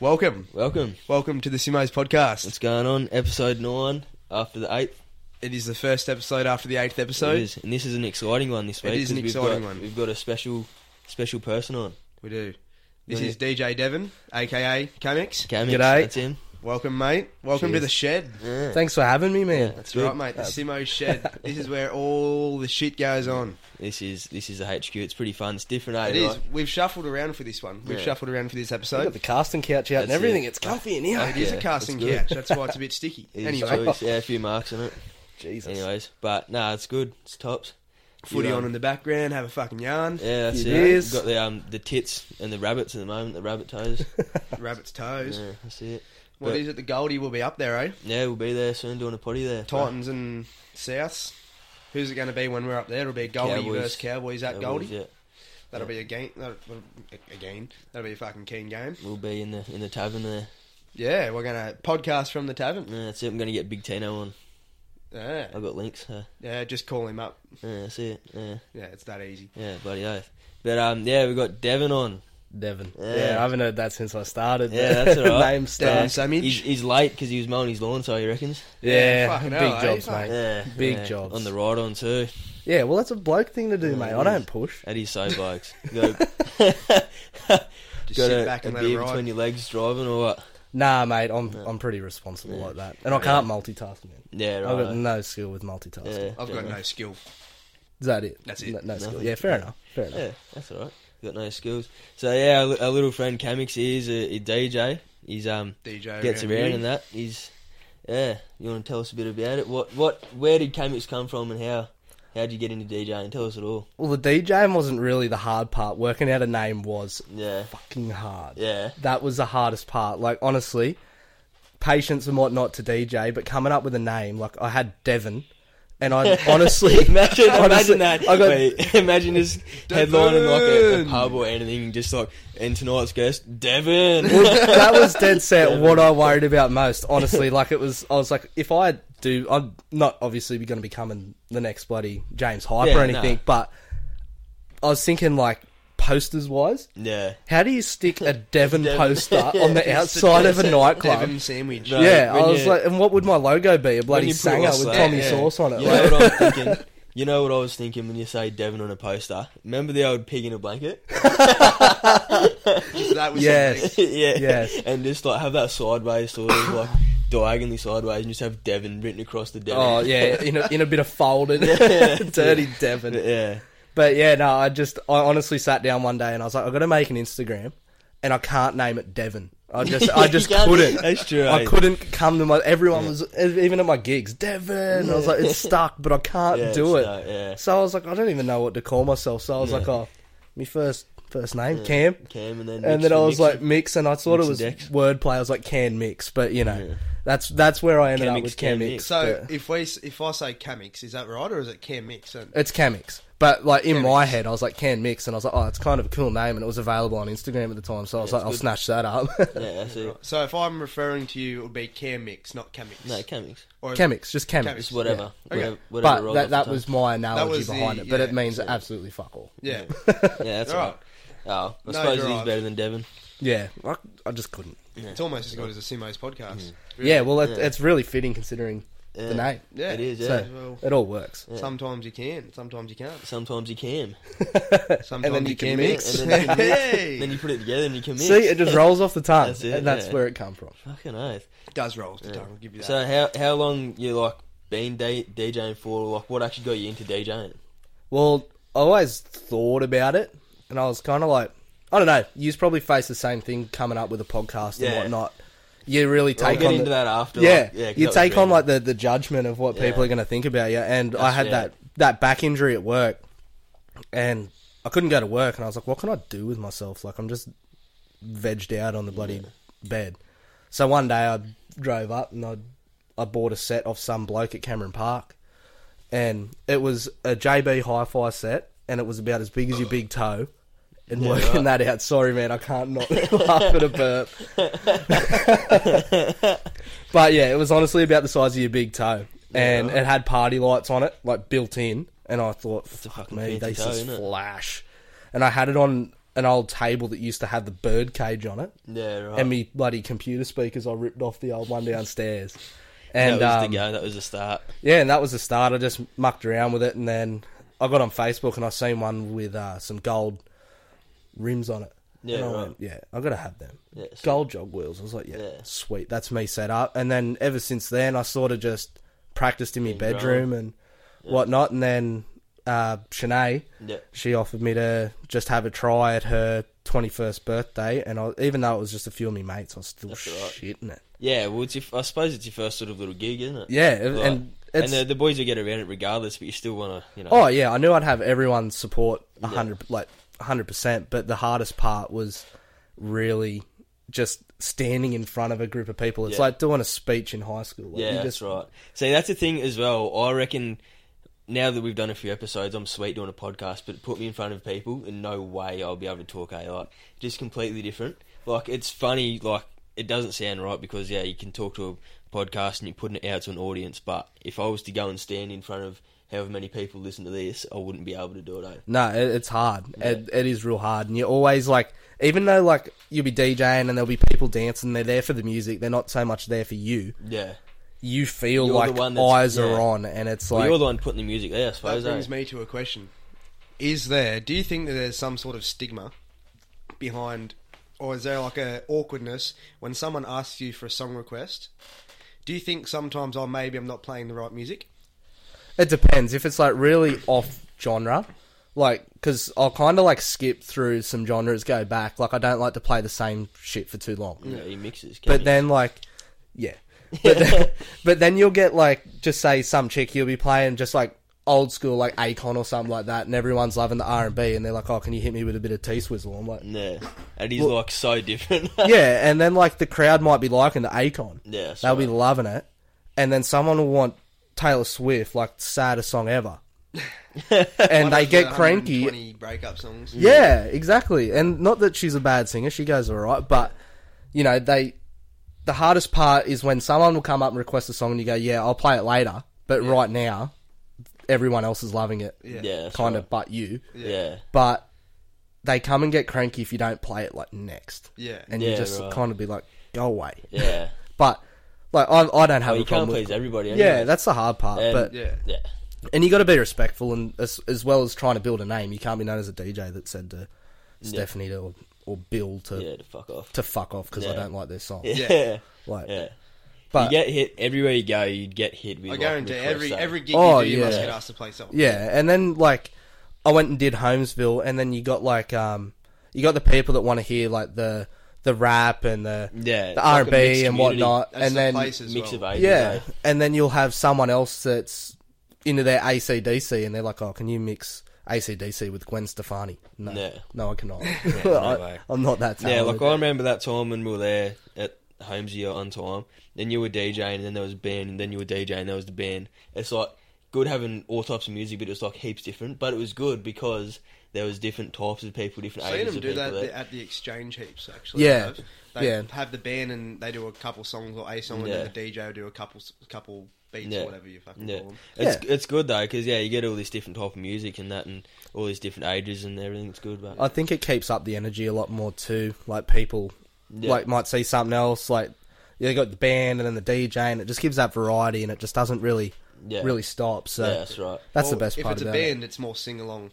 Welcome. Welcome. Welcome to the Simos podcast. What's going on? Episode nine after the eighth. It is the first episode after the eighth episode. it is, and this is an exciting one this It week. is an 'cause we've exciting got- one. We've got a special, special person on. We do. This Yeah. is DJ Devon, aka Kamix. Camix, G'day. That's him. Welcome, mate. Welcome to Cheers. the shed. Yeah. Thanks for having me, man. That's good. right, mate. The Simo shed. This is where all the shit goes on. This is this is the HQ. It's pretty fun. It's different, eh? It is. right? We've shuffled around for this one. We've Yeah. shuffled around for this I episode. got the casting couch out and That's everything. it. Ah, It's comfy in here. It is Yeah, a casting that's good. couch. That's why it's a bit sticky. It is anyway, true. It's- yeah, a few marks in it. Jesus. Anyways, but nah, it's good. It's tops. footy You know. on in the background. Have a fucking yarn. Yeah, that's It it. is. We've got the um the tits and the rabbits at the moment. The rabbit toes. Rabbit's toes. yeah, that's it. What But- is it? The Goldie will be up there, eh? Yeah, we'll be there soon doing a potty there. Titans and Souths. Who's it going to be when we're up there? It'll be Goldie Cowboys. versus Cowboys at Cowboys, Goldie. Yeah, That'll be a game. That'll, again, that'll be a fucking keen game. we'll be in the in the tavern there. Yeah, we're gonna podcast from the tavern. Yeah, that's it. I'm gonna get Big Tino on. Yeah, I've got links. Uh, yeah. Just call him up. yeah, that's it. Yeah, Yeah, it's that easy. yeah, bloody oath. But um, yeah, we got Devon on. Devon. Yeah. Yeah. I haven't heard that since I started. Yeah, that's all right. Name Devon stuff. Samich. He's, he's late because he was mowing his lawn, so he reckons. Yeah, Yeah, fucking big hell, eh? jobs, Fuck. mate. Yeah, Big yeah, jobs. on the ride on too. Yeah, well, that's a bloke thing to do, Yeah, mate. it I is. don't push. That is so blokes. Go, got Just a, sit back and a let him beer ride. between your legs driving or what? Nah, mate, I'm I'm pretty responsible Yeah. like that, and I can't multitask, man. Yeah, right. I've got no skill with multitasking. yeah, I've yeah. got no skill. Is that it? That's it. No, no skill. Nothing. Yeah, fair enough. Fair enough. Yeah, that's all right. Got no skills. So yeah, our, li- our little friend Kamix he is a, a DJ. He's um DJ gets around around you. and that. He's yeah. You want to tell us a bit about it? What what? Where did Kamix come from and how? How would you get into DJing? Tell us it all. Well, the DJing wasn't really the hard part. Working out a name was Yeah, fucking hard. yeah, that was the hardest part. Like honestly, patience and whatnot to DJ, but coming up with a name like I had Devon, and I honestly Imagine, honestly, imagine that. I got Wait, imagine this headline in like a, a pub or anything, just like, and tonight's guest, Devon. well, that was dead set what I worried about most. Honestly, like it was, I was like, if I do, I'm not obviously going to become the next bloody James Hype Yeah, or anything, no. but I was thinking like posters wise. yeah. How do you stick a Devon Devon. poster on the It's the outside of a Devon- nightclub? Devon sandwich. No. Yeah, When I was you- like, and what would my logo be? A bloody When you put sanger us with like- Tommy yeah. Sauce on it. You like- know what I'm thinking? You know what I was thinking when you say Devon on a poster? Remember the old pig in a blanket? That was Yes. something. yeah. Yes. And just like have that sideways sort of like diagonally sideways and just have Devon written across the Devon. Oh yeah, in a, in a bit of folded, Yeah. dirty Devon. Yeah. But yeah, no, I just I honestly sat down one day and I was like, I've got to make an Instagram, and I can't name it Devon. I just I You just can't- couldn't. That's true. I eh? couldn't come to my. Everyone was e-, even at my gigs. Devon. I was like, it's stuck, but I can't Yeah, do it. it's not- yeah. So I was like, I don't even know what to call myself. So I was Yeah. like, oh, my first first name Cam. Cam and then and mix then I the was mix. like mix, and I thought mix it was and dex. wordplay. I was like can mix, but you know, that's that's where I Can ended up mix, with can can mix. mix. So but- if we s- if I say Kamix, is that right or is it Cam Mix? And it's can mix, but like in Can my mix. head, I was like can mix, and I was like, oh, it's kind of a cool name, and it was available on Instagram at the time, so I was like, I'll good. snatch that up. Yeah, that's it. So if I'm referring to you, it would be Cam Mix, not Kamix. No, Cam mix. or can mix, just can Can mix, It's whatever. Okay. Whatever, whatever But rolls that off that the was my analogy was the- behind it, but yeah, it means absolutely fuck all. yeah. tongue. Yeah, that's You're all right. Oh, I No suppose he's drive. better than Devon. Yeah, I, I just couldn't. It's Mm-hmm. almost as good as a Simo's podcast. Yeah, well, it, Yeah. it's really fitting considering Yeah. the name. Yeah. It is, yeah. So- Well, It all works. Sometimes you can, sometimes you can't. Sometimes you can. Sometimes then you can mix. And then you can mix. Hey! Then you put it together and you can mix. See, it just rolls off the tongue, That's it, and that's yeah. where it come from. Fucking oath. It does roll off the tongue. I'll give you that. So how how long you like been da- DJing for? Like what actually got you into DJing? Well, I always thought about it, and I was kind of like, I don't know. You probably face the same thing coming up with a podcast Yeah. and whatnot. You really I'll take get on into the, that after. yeah, like, yeah 'cause you that was take on random. like the, the judgment of what people Yeah. are going to think about you. And I That's had fair. that that back injury at work, and I couldn't go to work, and I was like, what can I do with myself? Like I'm just vegged out on the bloody bed. So one day I drove up and I I bought a set off some bloke at Cameron Park, and it was a JB Hi-Fi set, and it was about as big as your big toe. And working that out, sorry man, I can't not laugh at a burp. But yeah, it was honestly about the size of your big toe, and Yeah. it had party lights on it, like built in. And I thought, a fuck fucking fancy me, this toe, is innit? flash. And I had it on an old table that used to have the bird cage on it, Yeah, right. and me bloody computer speakers I ripped off the old one downstairs. that And was um, the go. That was the start. yeah, and that was the start. I just mucked around with it, and then I got on Facebook and I seen one with uh, some gold rims on it. Yeah, and I right. went, yeah, I gotta have them. Yeah, so- gold jog wheels. I was like, yeah, Yeah. sweet, that's me set up. And then ever since then, I sort of just practiced in my growing. bedroom and whatnot. And then uh, Shanae, Yeah. she offered me to just have a try at her twenty first birthday, and I, even though it was just a few of my mates, I was still That's right. shitting it. Yeah, well, it's your, I suppose it's your first sort of little gig, isn't it? Yeah, and- Like, and it's, the, the boys will get around it regardless, but you still want to, you know. Oh yeah, I knew I'd have everyone's support a hundred like hundred percent, but the hardest part was really just standing in front of a group of people. It's Yeah. like doing a speech in high school. Like, yeah, you that's just, right. See, that's the thing as well. I reckon now that we've done a few episodes, I'm sweet doing a podcast, but put me in front of people, and no way I'll be able to talk. Eh? Like, just completely different. Like, it's funny. Like, it doesn't sound right because yeah, you can talk to a podcast and you're putting it out to an audience, but if I was to go and stand in front of however many people listen to this, I wouldn't be able to do it. Eh? No, it, it's hard. It, it is real hard, and you're always like, even though like you'll be DJing and there'll be people dancing, they're there for the music. They're not so much there for you. Yeah. You feel You're the like one that's- eyes yeah. are on, and it's Well, like you're the one putting the music there, I That suppose. brings eh? me to a question: Is there? Do you think that there's some sort of stigma behind, or is there like a awkwardness when someone asks you for a song request? Do you think sometimes, oh, maybe I'm not playing the right music? It depends. If it's like really off genre, like because I'll kind of like skip through some genres, go back. Like I don't like to play the same shit for too long. Yeah, he mixes. can But he? then like, yeah. But then, but then you'll get like just say some chick you'll be playing just like old school like Akon or something like that, and everyone's loving the R and B, and they're like, oh, can you hit me with a bit of T Swizzle? I'm like. yeah, and he's like so different. Yeah, and then like the crowd might be liking the Akon. Yeah, that's they'll be right. loving it, and then someone will want Taylor Swift, like the saddest song ever, and they get cranky. uh, Twenty breakup songs. Yeah, exactly. And not that she's a bad singer; she goes all right. But you know, they the hardest part is when someone will come up and request a song, and you go, "Yeah, I'll play it later," but right now, everyone else is loving it, Yeah. yeah, that's kind right. of, but you. Yeah. But they come and get cranky if you don't play it like next, Yeah. and Yeah, you just right. kind of be like, "Go away." Yeah. But like I, I don't have Well, a you can't problem. please With, everybody. Anyway. yeah, that's the hard part. And- but yeah. Yeah. and you got to be respectful and as, as well as trying to build a name. You can't be known as a DJ that said to Stephanie to, or, or Bill to Yeah, to fuck off. to fuck off because Yeah. I don't like their song. Yeah. Yeah. Yeah. Like, you but get hit everywhere you go. You get hit with. I like, guarantee requests, every eh? every gig Oh, you do, you must yeah. get asked to play something. yeah, and then like I went and did Holmesville, and then you got like um you got the people that want to hear like the the rap and the Yeah, it's the like a R and mixed B and community. whatnot, That's and the then place as mix well. of ages. Yeah, eh? and then you'll have someone else that's into their ACDC, and they're like, "Oh, can you mix ACDC with Gwen Stefani?" No, Yeah. no, I cannot. no I, way. am not that Yeah, talented. like I remember that time when we were there at Holmesy on time, and you were DJing, and then there was a band, and then you were DJing, and there was the band. It's like good having all types of music, but it was like heaps different. But it was good because there was different types of people, different I've seen ages them of do people. that there. at the exchange heaps. Actually, Yeah. I've- they Yeah. have the band and they do a couple songs or a song, and Yeah. then the DJ will do a couple couple beats Yeah. or whatever you fucking Yeah, call them. it's it's good though because yeah, you get all this different type of music and that, and all these different ages and everything. It's good, but I think it keeps up the energy a lot more too. Like people, Yeah. like might see something else. Like yeah, you got the band and then the DJ, and it just gives that variety, and it just doesn't really, Yeah. really stop. So yeah, that's right. that's the Or best if part it's a about it. band, it's more sing along.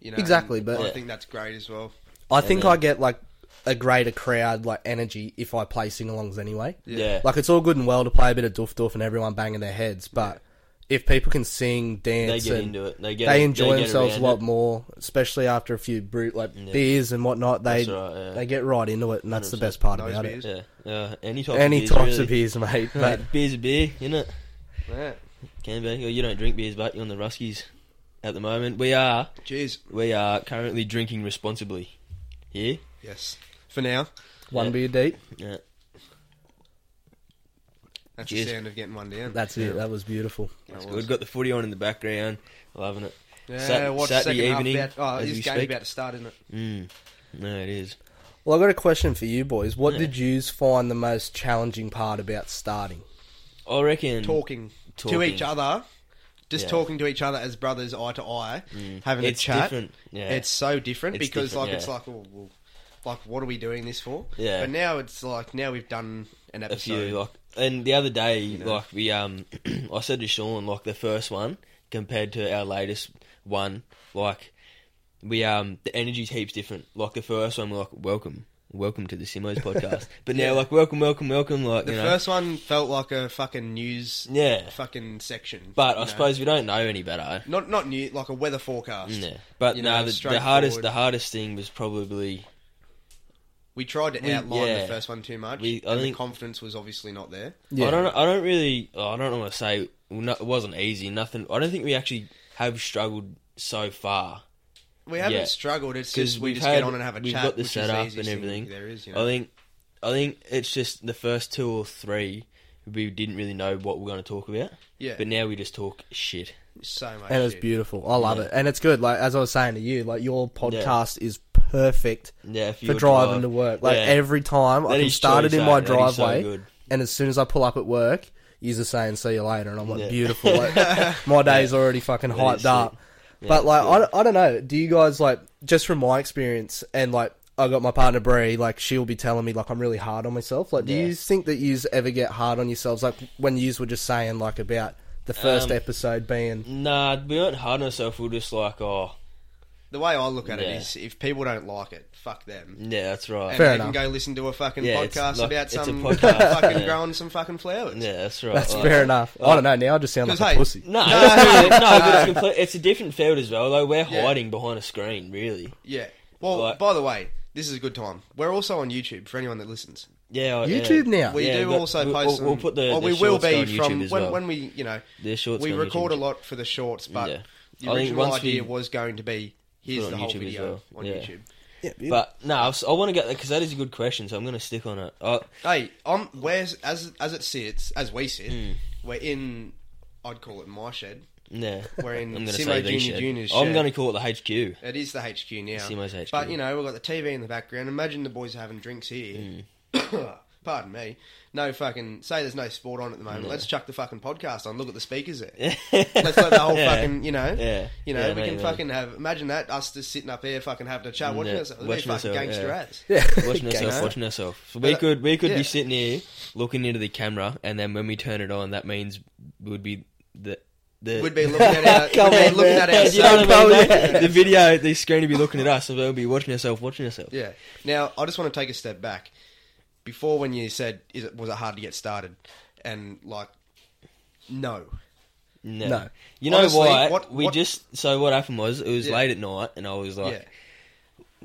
You know, Exactly, and but- I Yeah. think that's great as well. I think then- I get like a greater crowd like energy if I play sing-alongs anyway. Yeah, Like it's all good and well to play a bit of doof doof and everyone banging their heads, but if people can sing, they dance, get and into it. They get they it- enjoy get themselves a around lot it. more, especially after a few brute like beers and whatnot. They That's right, yeah. they get right into it, and that's the best part Those about beers. it. Yeah, yeah. Any type Any of beers, types really. of beers, mate. But Like, beer's a beer, isn't it? Yeah. Can be. Well, you don't drink beers, but you're on the Ruskies at the moment. We are Cheers. we are currently drinking responsibly here. Yes. For now, one Yeah. beer deep. Yeah, that's Cheers. the sound of getting one down. That's it. That was beautiful. that's good. Got the footy on in the background, loving it. Yeah, Sat- watch the Saturday second half evening, about- oh, as this we game's speak. about to start, isn't it? Mm. No, it is. Well, I got a question for you boys. What Yeah. did yous find the most challenging part about starting? I reckon Talking, Talking. to each other, just Yeah. Mm. talking to each other as brothers, eye to eye, having It's a chat. different, yeah. It's so different It's because different, like it's yeah. like oh, well, like what are we doing this for? Yeah. But now it's like now we've done an a episode. few like and the other day like we um I said to Sean like the first one compared to our latest one like we um the energy heaps different like the first one we're like welcome welcome to the Simos podcast but now like welcome welcome welcome like the you know first one felt like a fucking news yeah fucking section. but you I know? suppose we don't know any better not not new like a weather forecast. yeah but You no know, the, the straightforward. hardest the hardest thing was probably We tried to We- outline yeah. the first one too much, We- I and think- the confidence was obviously not there. Yeah. I don't I don't really oh, I don't want to say well, no, it wasn't easy nothing I don't think we actually have struggled so far We haven't Yeah. struggled. It's 'Cause just we we've just had- get on and have a we've chat. got the which is setup easiest and thing everything. There is, you I know. think I think it's just the first two or three we didn't really know what we're going to talk about. Yeah. But now we just talk shit. so much. and it's shit. beautiful. I love Yeah. it, and it's good. Like as I was saying to you, like your podcast is perfect Yeah. If you for driving to work. Like yeah. every time That I can is start true, it in so- my that is so driveway, good. and as soon as I pull up at work, you're saying "see you later," and I'm like, Yeah. "Beautiful." Like, my day's already fucking That is hyped sick. up. Yeah, but like, it's I, don't- I don't know. Do you guys like just from my experience and like? I got my partner Bree, like she'll be telling me like I'm really hard on myself. Like, do Yeah. you think that you ever get hard on yourselves? Like when you were just saying like about the first Um, episode being Nah, we weren't hard on ourselves. We are just like, oh, The way I look at Yeah. it is, if people don't like it, fuck them. yeah, that's right. And Fair they enough. can go listen to a fucking Yeah, it's podcast like- about it's a some podcast, fucking yeah. growing some fucking flowers. Yeah, that's right. That's Like- fair enough. I don't know. Now I just sound like 'Cause, a hey, pussy. No, No. it's really- no, but it's, complete, it's a different field as well. Like we're Yeah. hiding behind a screen, really. Yeah. Well, Like- by the way, this is a good time. We're also on YouTube for anyone that listens. Yeah, like, YouTube yeah. now. We Yeah, do we've got- also we'll- post. we'll them- put the- Well, the we will shorts be on YouTube from as when well. when we you know Their shorts we on record YouTube. a lot for the shorts, but Yeah. the I think original once we idea was going to be here's put it the on whole YouTube as video well. on Yeah. YouTube. But no, I, want to get that because that is a good question. So I'm going to stick on it. I, Hey, um, where's as as it sits as we sit, Hmm. we're in. I'd call it my shed. yeah, We're in I'm going to Simo say the Junior shed. Junior's I'm shed. going to call it the HQ. It is the HQ now. Simo's HQ. But you know we've got the TV in the background. Imagine the boys having drinks here. Mm. Pardon me. No fucking say. There's no sport on at the moment. Let's chuck the fucking podcast on. Look at the speakers there. Let's let the whole Yeah. fucking you know. Yeah. You know Yeah, I we know can you mean. fucking have. Imagine that us just sitting up here fucking having a chat watching Mm, Yeah, ourselves. It'd be watching fucking ourselves, gangster yeah. ass. Yeah. watching ourselves, Gangster. watching ourselves. So we could we could uh, yeah. be sitting here looking into the camera, and then when we turn it on, that means we would be the the We'd be looking at our. Come we'd on, be looking at man. Yeah, our. do you know what I Oh, mean? mate? yeah. The video, the screen would be looking at us, and we'll be watching ourselves, watching ourselves. Yeah. Now, I just want to take a step back. Before, when you said, "Is it was it hard to get started?" and like, no, No. No. You know Honestly, why? what- we what- just so what happened was it was Yeah. late at night, and I was like, yeah,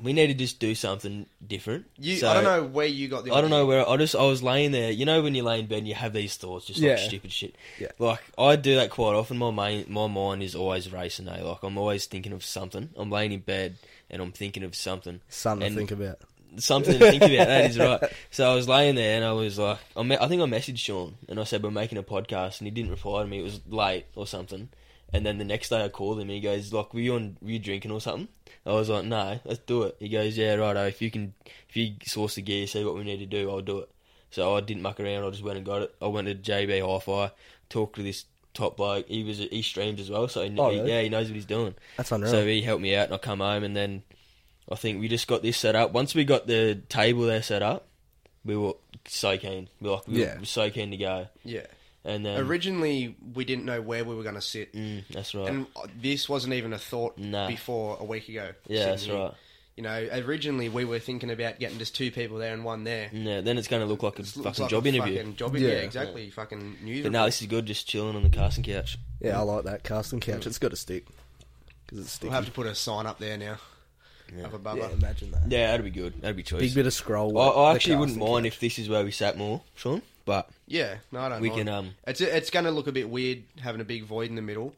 we need to just do something different. you. So- I don't know where you got the. I don't know idea. where I just I was laying there. You know when you lay in bed, and you have these thoughts, just like Yeah. stupid shit. Yeah. Like I do that quite often. My main, my mind is always racing. Eh? Like I'm always thinking of something. I'm laying in bed and I'm thinking of something. Something And to think about. Something to think about. That is right. So I was laying there and I was like, I, me- I think I messaged Sean and I said we're making a podcast and he didn't reply to me. It was late or something. And then the next day I called him and he goes, "Like, were you on? Were you drinking or something?" I was like, "No, let's do it." He goes, "Yeah, righto. If you can, if you source the gear, see what we need to do, I'll do it." So I didn't muck around. I just went and got it. I went to JB Hi-Fi, talked to this top bloke. He was he streams as well, so he, Oh, he- really? yeah, he knows what he's doing. That's unreal. So he helped me out, and I come home, and then I think we just got this set up. Once we got the table there set up, we were so keen. We were like, we Yeah. were so keen to go. Yeah. And then Originally, we didn't know where we were going to sit, um, Mm, that's right. and this wasn't even a thought Nah. before a week ago. Yeah, sitting that's here. right. You know, originally we were thinking about getting just two people there and one there. yeah, then it's going to look Mm, like a It's- it's fucking like a job interview. fucking job interview, Yeah. exactly. Fucking news. But no, this is good. Just chilling on the casting couch. Yeah, I like that casting couch. It's got to stick because it's We'll sticky. have to put a sign up there now. Up above yeah, us. imagine that. Mm. Yeah, that'd be good. That'd be choice. Big bit of scroll. I, work, I the actually wouldn't casting mind couch. if this is where we sat more, Sean. But Yeah, no, I don't. We mind. can, um, It's it's going to look a bit weird having a big void in the middle,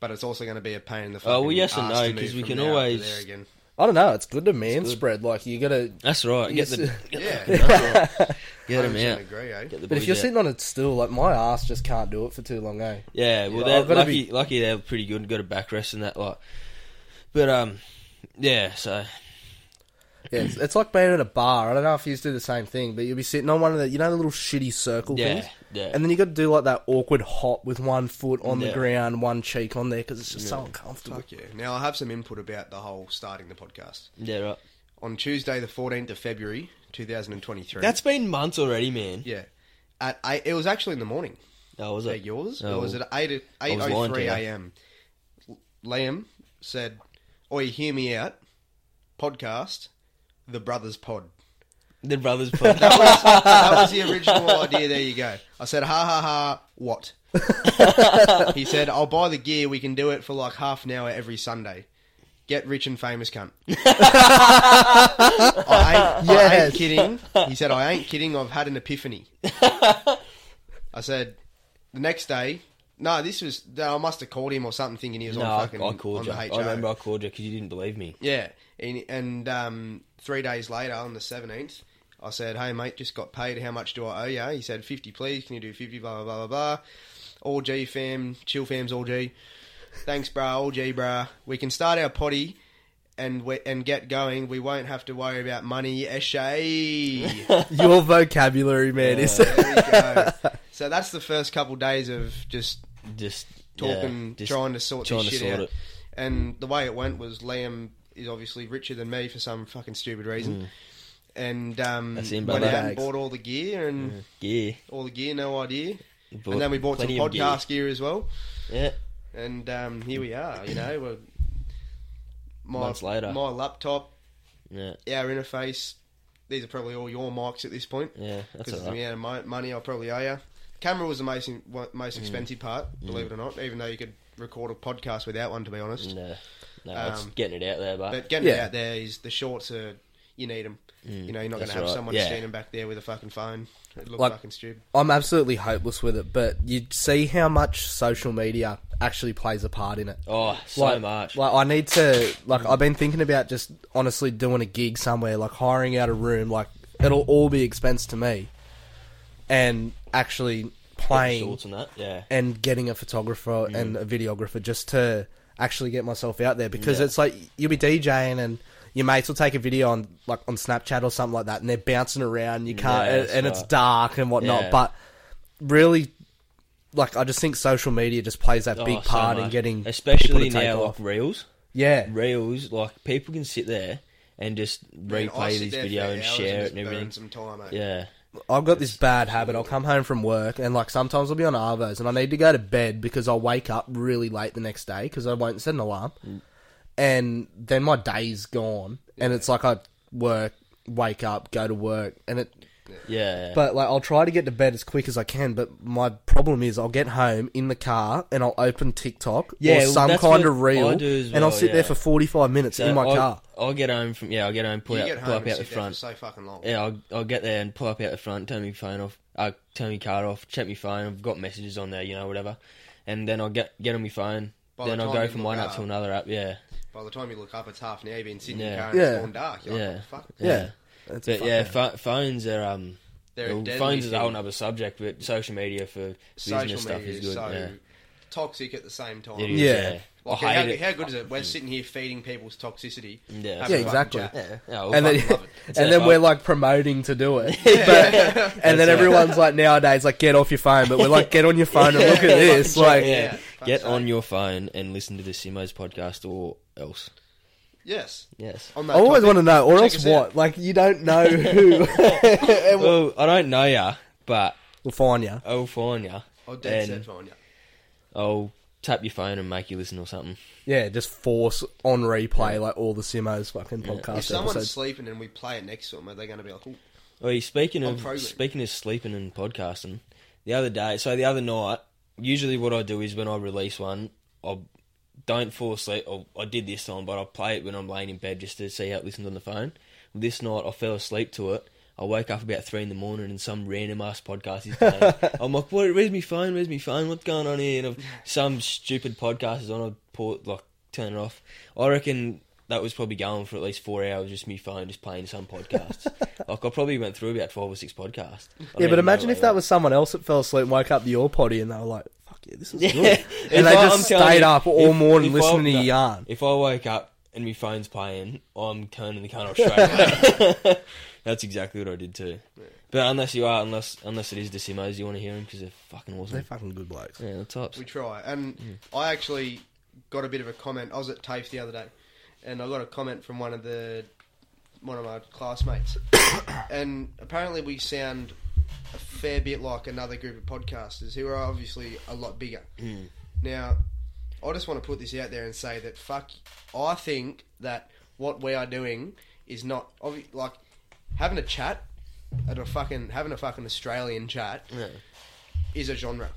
but it's also going to be a pain in the. Mm. Oh, well, fucking yes ass and to no, move 'cause we from can there up to always- there again. I don't know. It's good to man spread. Like you got to. that's right. Get the Yeah, get, Yes. get 'em 100% out. Agree, eh? Get the But if boys you're out. sitting on it still, like my ass just can't do it for too long, eh? Yeah, well, Yeah, I've they're gotta lucky. Lucky they're pretty good. Got a backrest and that lot. But um, yeah. So Yeah, it's, it's like being at a bar. I don't know if you do the same thing, but you'll be sitting on one of the, you know, the little shitty circle Yeah, things. yeah. And then you got to do like that awkward hop with one foot on Yeah. the ground, one cheek on there because it's just so uncomfortable. Fuck yeah. Now, I have some input about the whole starting the podcast. Yeah, right. On Tuesday, the 14th of February, 2023. That's been months already, man. Yeah. At eight, it was actually in the morning. Oh, was Was it that yours? Oh, Or was it eight I was lying to 8.03 you. a.m.? L- Liam said, Oi, hear me out. Podcast, The Brothers Pod. the brothers pod? That was the original idea. There you go. I said, ha ha ha, what? he said, I'll buy the gear. We can do it for like half an hour every Sunday. Get rich and famous, cunt. I, ain't, I Yes. ain't kidding. He said, I ain't kidding. I've had an epiphany. I said, the next day, no, this was, I must have called him or something thinking he was no, on I, fucking I called on you. the I HO. remember I called you because you didn't believe me. Yeah, and, and um, three days later, on the seventeenth, I said, "Hey mate, just got paid. How much do I owe you?" He said, 50 please. Can you do fifty? Blah blah blah blah blah. All G fam, chill fam's all G. Thanks, brah. All G, brah. We can start our potty and we, and get going. We won't have to worry about money. Eshay. Your vocabulary, man, is. there we go. So that's the first couple days of just Just talking, yeah, just trying to sort trying this to shit sort out. it. And the way it went was Liam is obviously richer than me for some fucking stupid reason. And um, Mm. That's him, went baby. out and Bags. bought all the gear and Yeah, all the gear, no idea. Bought and then we bought some plenty of gear. podcast gear. as well. yeah. And um, here we are. You know, we're my Months later. my laptop, Yeah, our interface. These are probably all your mics at this point yeah, that's because of all the right. amount of mo- money I probably owe you. Camera was the most in- wa- Mm. most expensive part, believe it or not. Even though you could record a podcast without one, to be honest. No, no, it's Um, getting it out there, but, But getting it Yeah. out there is the shorts are you need them. you know, you're not going Mm. that's to have right. someone Yeah. standing back there with a fucking phone. It look Like- fucking stupid. I'm absolutely hopeless with it, but you see how much social media actually plays a part in it. oh, so like, much. Like I need to like I've been thinking about just honestly doing a gig somewhere, like hiring out a room, like it'll all be expense to me. And actually playing Shorts and that, yeah. and getting a photographer Mm. and a videographer just to actually get myself out there because Yeah. it's like you'll be DJing and your mates will take a video on like on Snapchat or something like that and they're bouncing around you can't Yeah, and, that's and it's right. dark and whatnot Yeah. but really like I just think social media just plays that Oh, big so part in much. getting people especially to take now off. like reels, yeah reels like people can sit there and just Man, I replay sit this there for video and hours share just it and everything. burn Some time, eh? Yeah, I've got this bad habit. I'll come home from work and like sometimes I'll be on Arvos and I need to go to bed because I'll wake up really late the next day because I won't set an alarm. Mm. And then my day's gone and it's like I work, wake up, go to work and it yeah. but like I'll try to get to bed as quick as I can, but my problem is I'll get home in the car and I'll open TikTok Yeah, or well, some that's kind what of reel I do as and I'll well, sit yeah. there for 45 minutes So in my I'll, car. I'll get home from yeah. I'll get home, pull You out, get pull home up and out sit the there for front. so fucking long. Yeah, I'll, I'll get there and pull up out the front, turn my phone off, uh, turn my card off, check my phone. I've got messages on there, you know, whatever. And then I'll get get on my phone. By then the I'll time go you from look one app up- to another app. Yeah, By the time you look up, it's half an hour. You've been sitting in Yeah. your car and Yeah. it's gone dark. You're Yeah. like, what the fuck? yeah. It's But fucking- yeah, pho- phones are um, They're a well, deadly phones is a thing. whole other subject, but social media for Social business stuff media is is, good. so yeah. toxic at the same time. It is, Yeah. yeah, Like, I how, hate how it. Mm. good is it? We're sitting here feeding people's toxicity. Yeah, Have yeah, a fucking exactly. chat. Yeah, yeah, well, and then, Fucking love it. and Yeah, then fuck. we're like promoting to do it, but, and then That's right. everyone's like nowadays like get off your phone, but we're like get on your phone and "Oh, look at this, like yeah. Yeah, fuck's get sake. on your phone and listen to the Simo's podcast or else. Yes. Yes. On I that always topic, want to know, or check else us what? out. Like you don't know who and we'll, Well, I don't know ya, but we'll find you. I'll find ya. I'll Oh, dead and set for you. I'll tap your phone and make you listen or something. Yeah, just force on replay like all the Simo's fucking If podcast someone's episodes. sleeping and we play it next to them, are they going to be like, Ooh, Well, speaking On of programme. speaking of sleeping and podcasting, the other day, so the other night, usually what I do is when I release one, I don't fall asleep. Or I did this time, but I play it when I'm laying in bed just to see how it listens on the phone. This night, I fell asleep to it. I wake up about three in the morning and some random ass podcast is playing. I'm like, "What? Where's my phone? Where's my phone? What's going on here?" And I've, some stupid podcast is on. I port like turn it off. I reckon that was probably going for at least four hours, just me phone, just playing some podcasts. like I probably went through about twelve or six podcasts. I don't Yeah, even but know imagine what if they that were. was someone else that fell asleep, and woke up your potty, and they were like, "Fuck yeah, this is Yeah, good," If and they I- I'm just telling stayed you, up all if- morning if I- listening to no, your yarn. If I woke up and my phone's playing, I'm turning the cunt off straight away. That's exactly what I did too. But unless you are, unless unless it is the Simos, you want to hear them because they're fucking They're awesome. fucking good blokes. yeah, the tops. We try. And I actually got a bit of a comment. I was at TAFE the other day, and I got a comment from one of the one of my classmates. and apparently, we sound a fair bit like another group of podcasters who are obviously a lot bigger. Now, I just want to put this out there and say that fuck, I think that what we are doing is not obvi- like having a chat at a fucking having a fucking Australian chat Yeah. is a genre.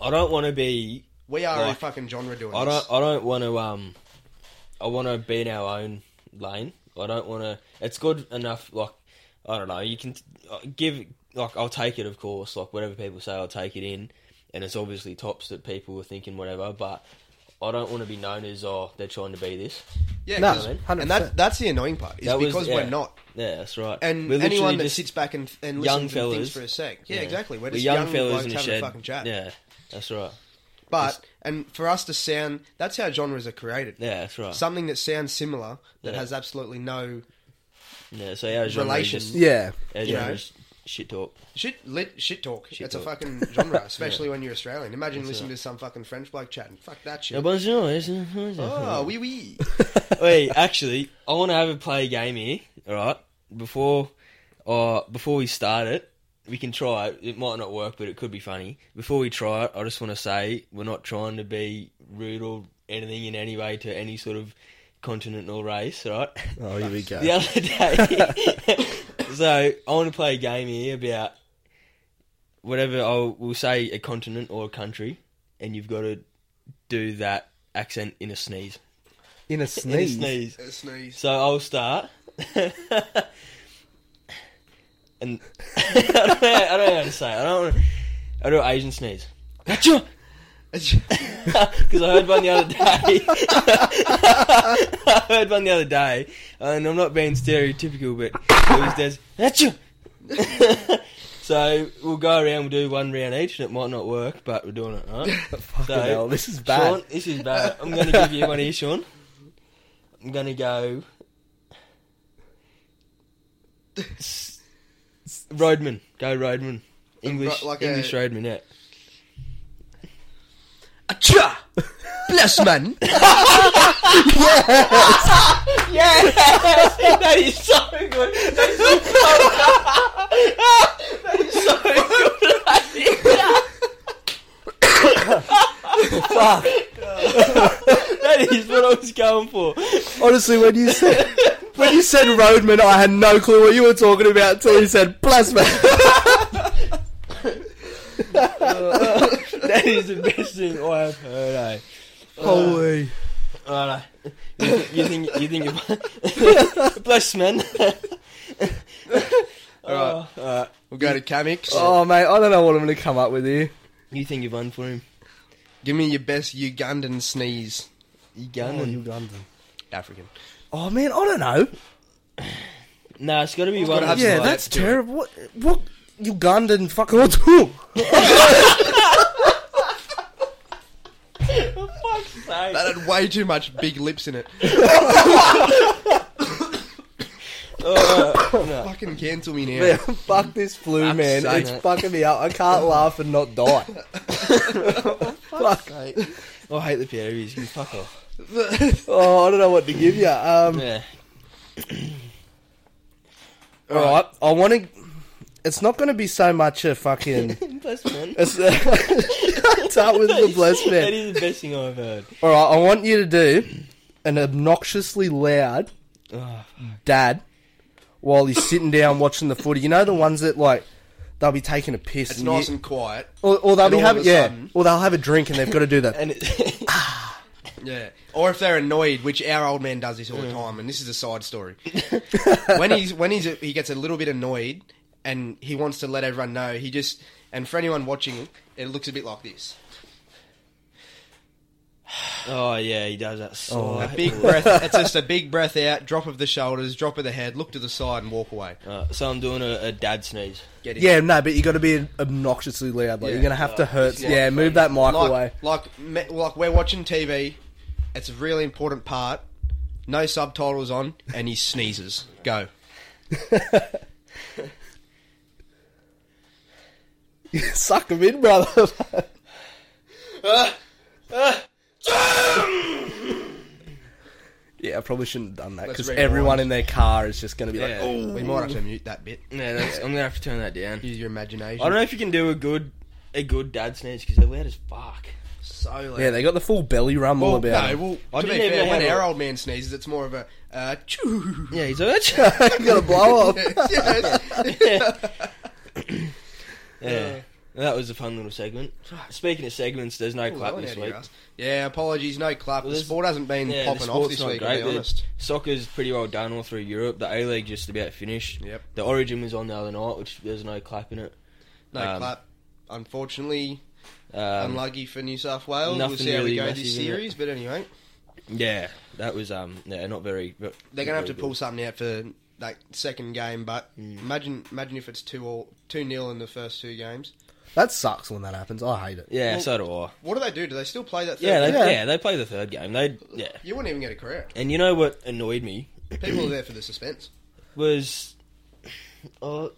I don't want to be. We are a Like, fucking genre doing. I this. don't. I don't want to. Um, I want to be in our own lane. I don't want to. It's good enough. Like I don't know. You can uh, give. Like I'll take it, of course. Like whatever people say, I'll take it in. And it's obviously tops that people are thinking whatever. But I don't want to be known as oh they're trying to be this. Yeah, No, 'cause- man, and 100%. that, that's the annoying part is That was- because we're yeah. not. Yeah, that's right. And We're literally anyone that just sits back and, and young listens and thinks fellas. for a sec, yeah, exactly. We're The just young, young, fellas blokes in the having shed. a fucking chat. Yeah, that's right. But and for us to sound, that's how genres are created. Yeah, that's right. Something that sounds similar that Yeah. has absolutely no yeah, so our genre Relation. is just, Yeah. our you genre know. is shit talk. shit lit shit talk. Shit it's a talk. fucking genre, especially when you're Australian. Imagine That's listening right. to some fucking French bloke chatting. Fuck that Yeah, shit. but it's not- it's not- it's not- Oh, wee wee. Wait, actually, I want to have a play a game here. All right, before uh, before we start it, we can try it. It might not work, but it could be funny. Before we try it, I just want to say we're not trying to be rude or anything in any way to any sort of continent or race. All right. Oh, here we go. the other day. so I want to play a game here about whatever I will say a continent or a country, and you've got to do that accent in a sneeze. In a In a sneeze. sneeze. A sneeze. So I'll start. and I don't, know, I don't know how to say. It. I don't. Want to, I do an Asian sneeze. Gotcha. Because I heard one the other day. I heard one the other day, and I'm not being stereotypical, but it was there's Achoo! so we'll go around, we'll do one round each, and it might not work, but we're doing it, right? Fucking So, hell, this is bad. Sean, this is bad. I'm going to give you one here, Sean. I'm going to go. S- s- Roadman. Go Roadman. English, like a- English Roadman, yeah. Acha! Bless man. that is so good. That is so good. that is so Fuck. good. that is what I was going for. Honestly, when you said when you said roadman, I had no clue what you were talking about until you said plasma. That is the best thing I have heard. Eh? Holy. Alright. You, thi- you think you think you bless man. Alright. Alright. We'll go to Kamix. Oh mate, I don't know what I'm gonna come up with here. You think you've won for him? Give me your best Ugandan sneeze. Ugandan. Ugandan. African. Oh man, I don't know. nah, it's got to be gotta one. have Of, some- yeah, like that's that too. terrible. What, what Ugandan fucking what's who? For fuck's sake. That had way too much big lips in it. Alright, no. Fucking cancel me now. Man, fuck this flu, I'm man. saying It's it. fucking me up. I can't laugh and not die. fuck. Oh, I hate the Pierogies. You fuck off. Oh, I don't know what to give you. Um, Yeah. all right, I want to. It's not going to be so much a fucking. Bless man. It's, start with the blessed That man. is the best thing I've heard. All right, I want you to do an obnoxiously loud Oh, dad while he's sitting down watching the footy. You know the ones that like they'll be taking a piss. It's and nice you- and quiet. or, or they'll and be all of having a yeah, sudden- or they'll have a drink and they've got to do that. and it, Yeah. Or if they're annoyed, which our old man does this all the time, and this is a side story. when he's when he's he gets a little bit annoyed and he wants to let everyone know, he just and for anyone watching, it looks a bit like this. oh yeah, he does that. So A big breath. It's just a big breath out, drop of the shoulders, drop of the head, look to the side, and walk away. Uh, so I'm doing a, a dad sneeze. Get in. Yeah, no, but you got to be obnoxiously loud. Yeah. Like you're gonna have to hurt. yeah. Yeah, move that mic away. like like me- like we're watching TV. It's a really important part. no subtitles on, and he sneezes. Go. Suck him in, brother. yeah, I probably shouldn't have done that Let's because rewind. everyone in their car is just going to be like, Yeah. oh. We might have to mute that bit. Yeah, that's, I'm gonna have to turn that down. Use your imagination. I don't know if you can do a good a good dad snitch because they're loud as fuck. So loud. Yeah, they got the full belly rumble well, about no, it. well, I to be didn't even fair, when have a- our old man sneezes, it's more of a uh, choo. Yeah, he's like, got a blow up. Yes. yeah. That was a fun little segment. Speaking of segments, there's no Ooh, that clap went this out of your week. ass. Yeah, apologies, no clap. Well, the this- sport hasn't been Yeah, the popping off sport's this not week, great. to be The honest. Soccer's pretty well done all through Europe. The A League just about finished. Yep. The Origin was on the other night, which there's no clap in it. No Um, clap. Unfortunately, Um, unlucky for New South Wales. We'll nothing see how really we go massive, this is it? series, but anyway, yeah, that was um, yeah, not very. But they're going to have to very good. pull something out for that second game. But Mm. imagine, imagine if it's two all, two nil in the first two games. That sucks when that happens. I hate it. Yeah, Well- so do I. What do they do? Do they still play that? Third Yeah, they, game? yeah, they play the third game. They yeah, You wouldn't even get a crowd. and you know what annoyed me People are there for the suspense. was uh,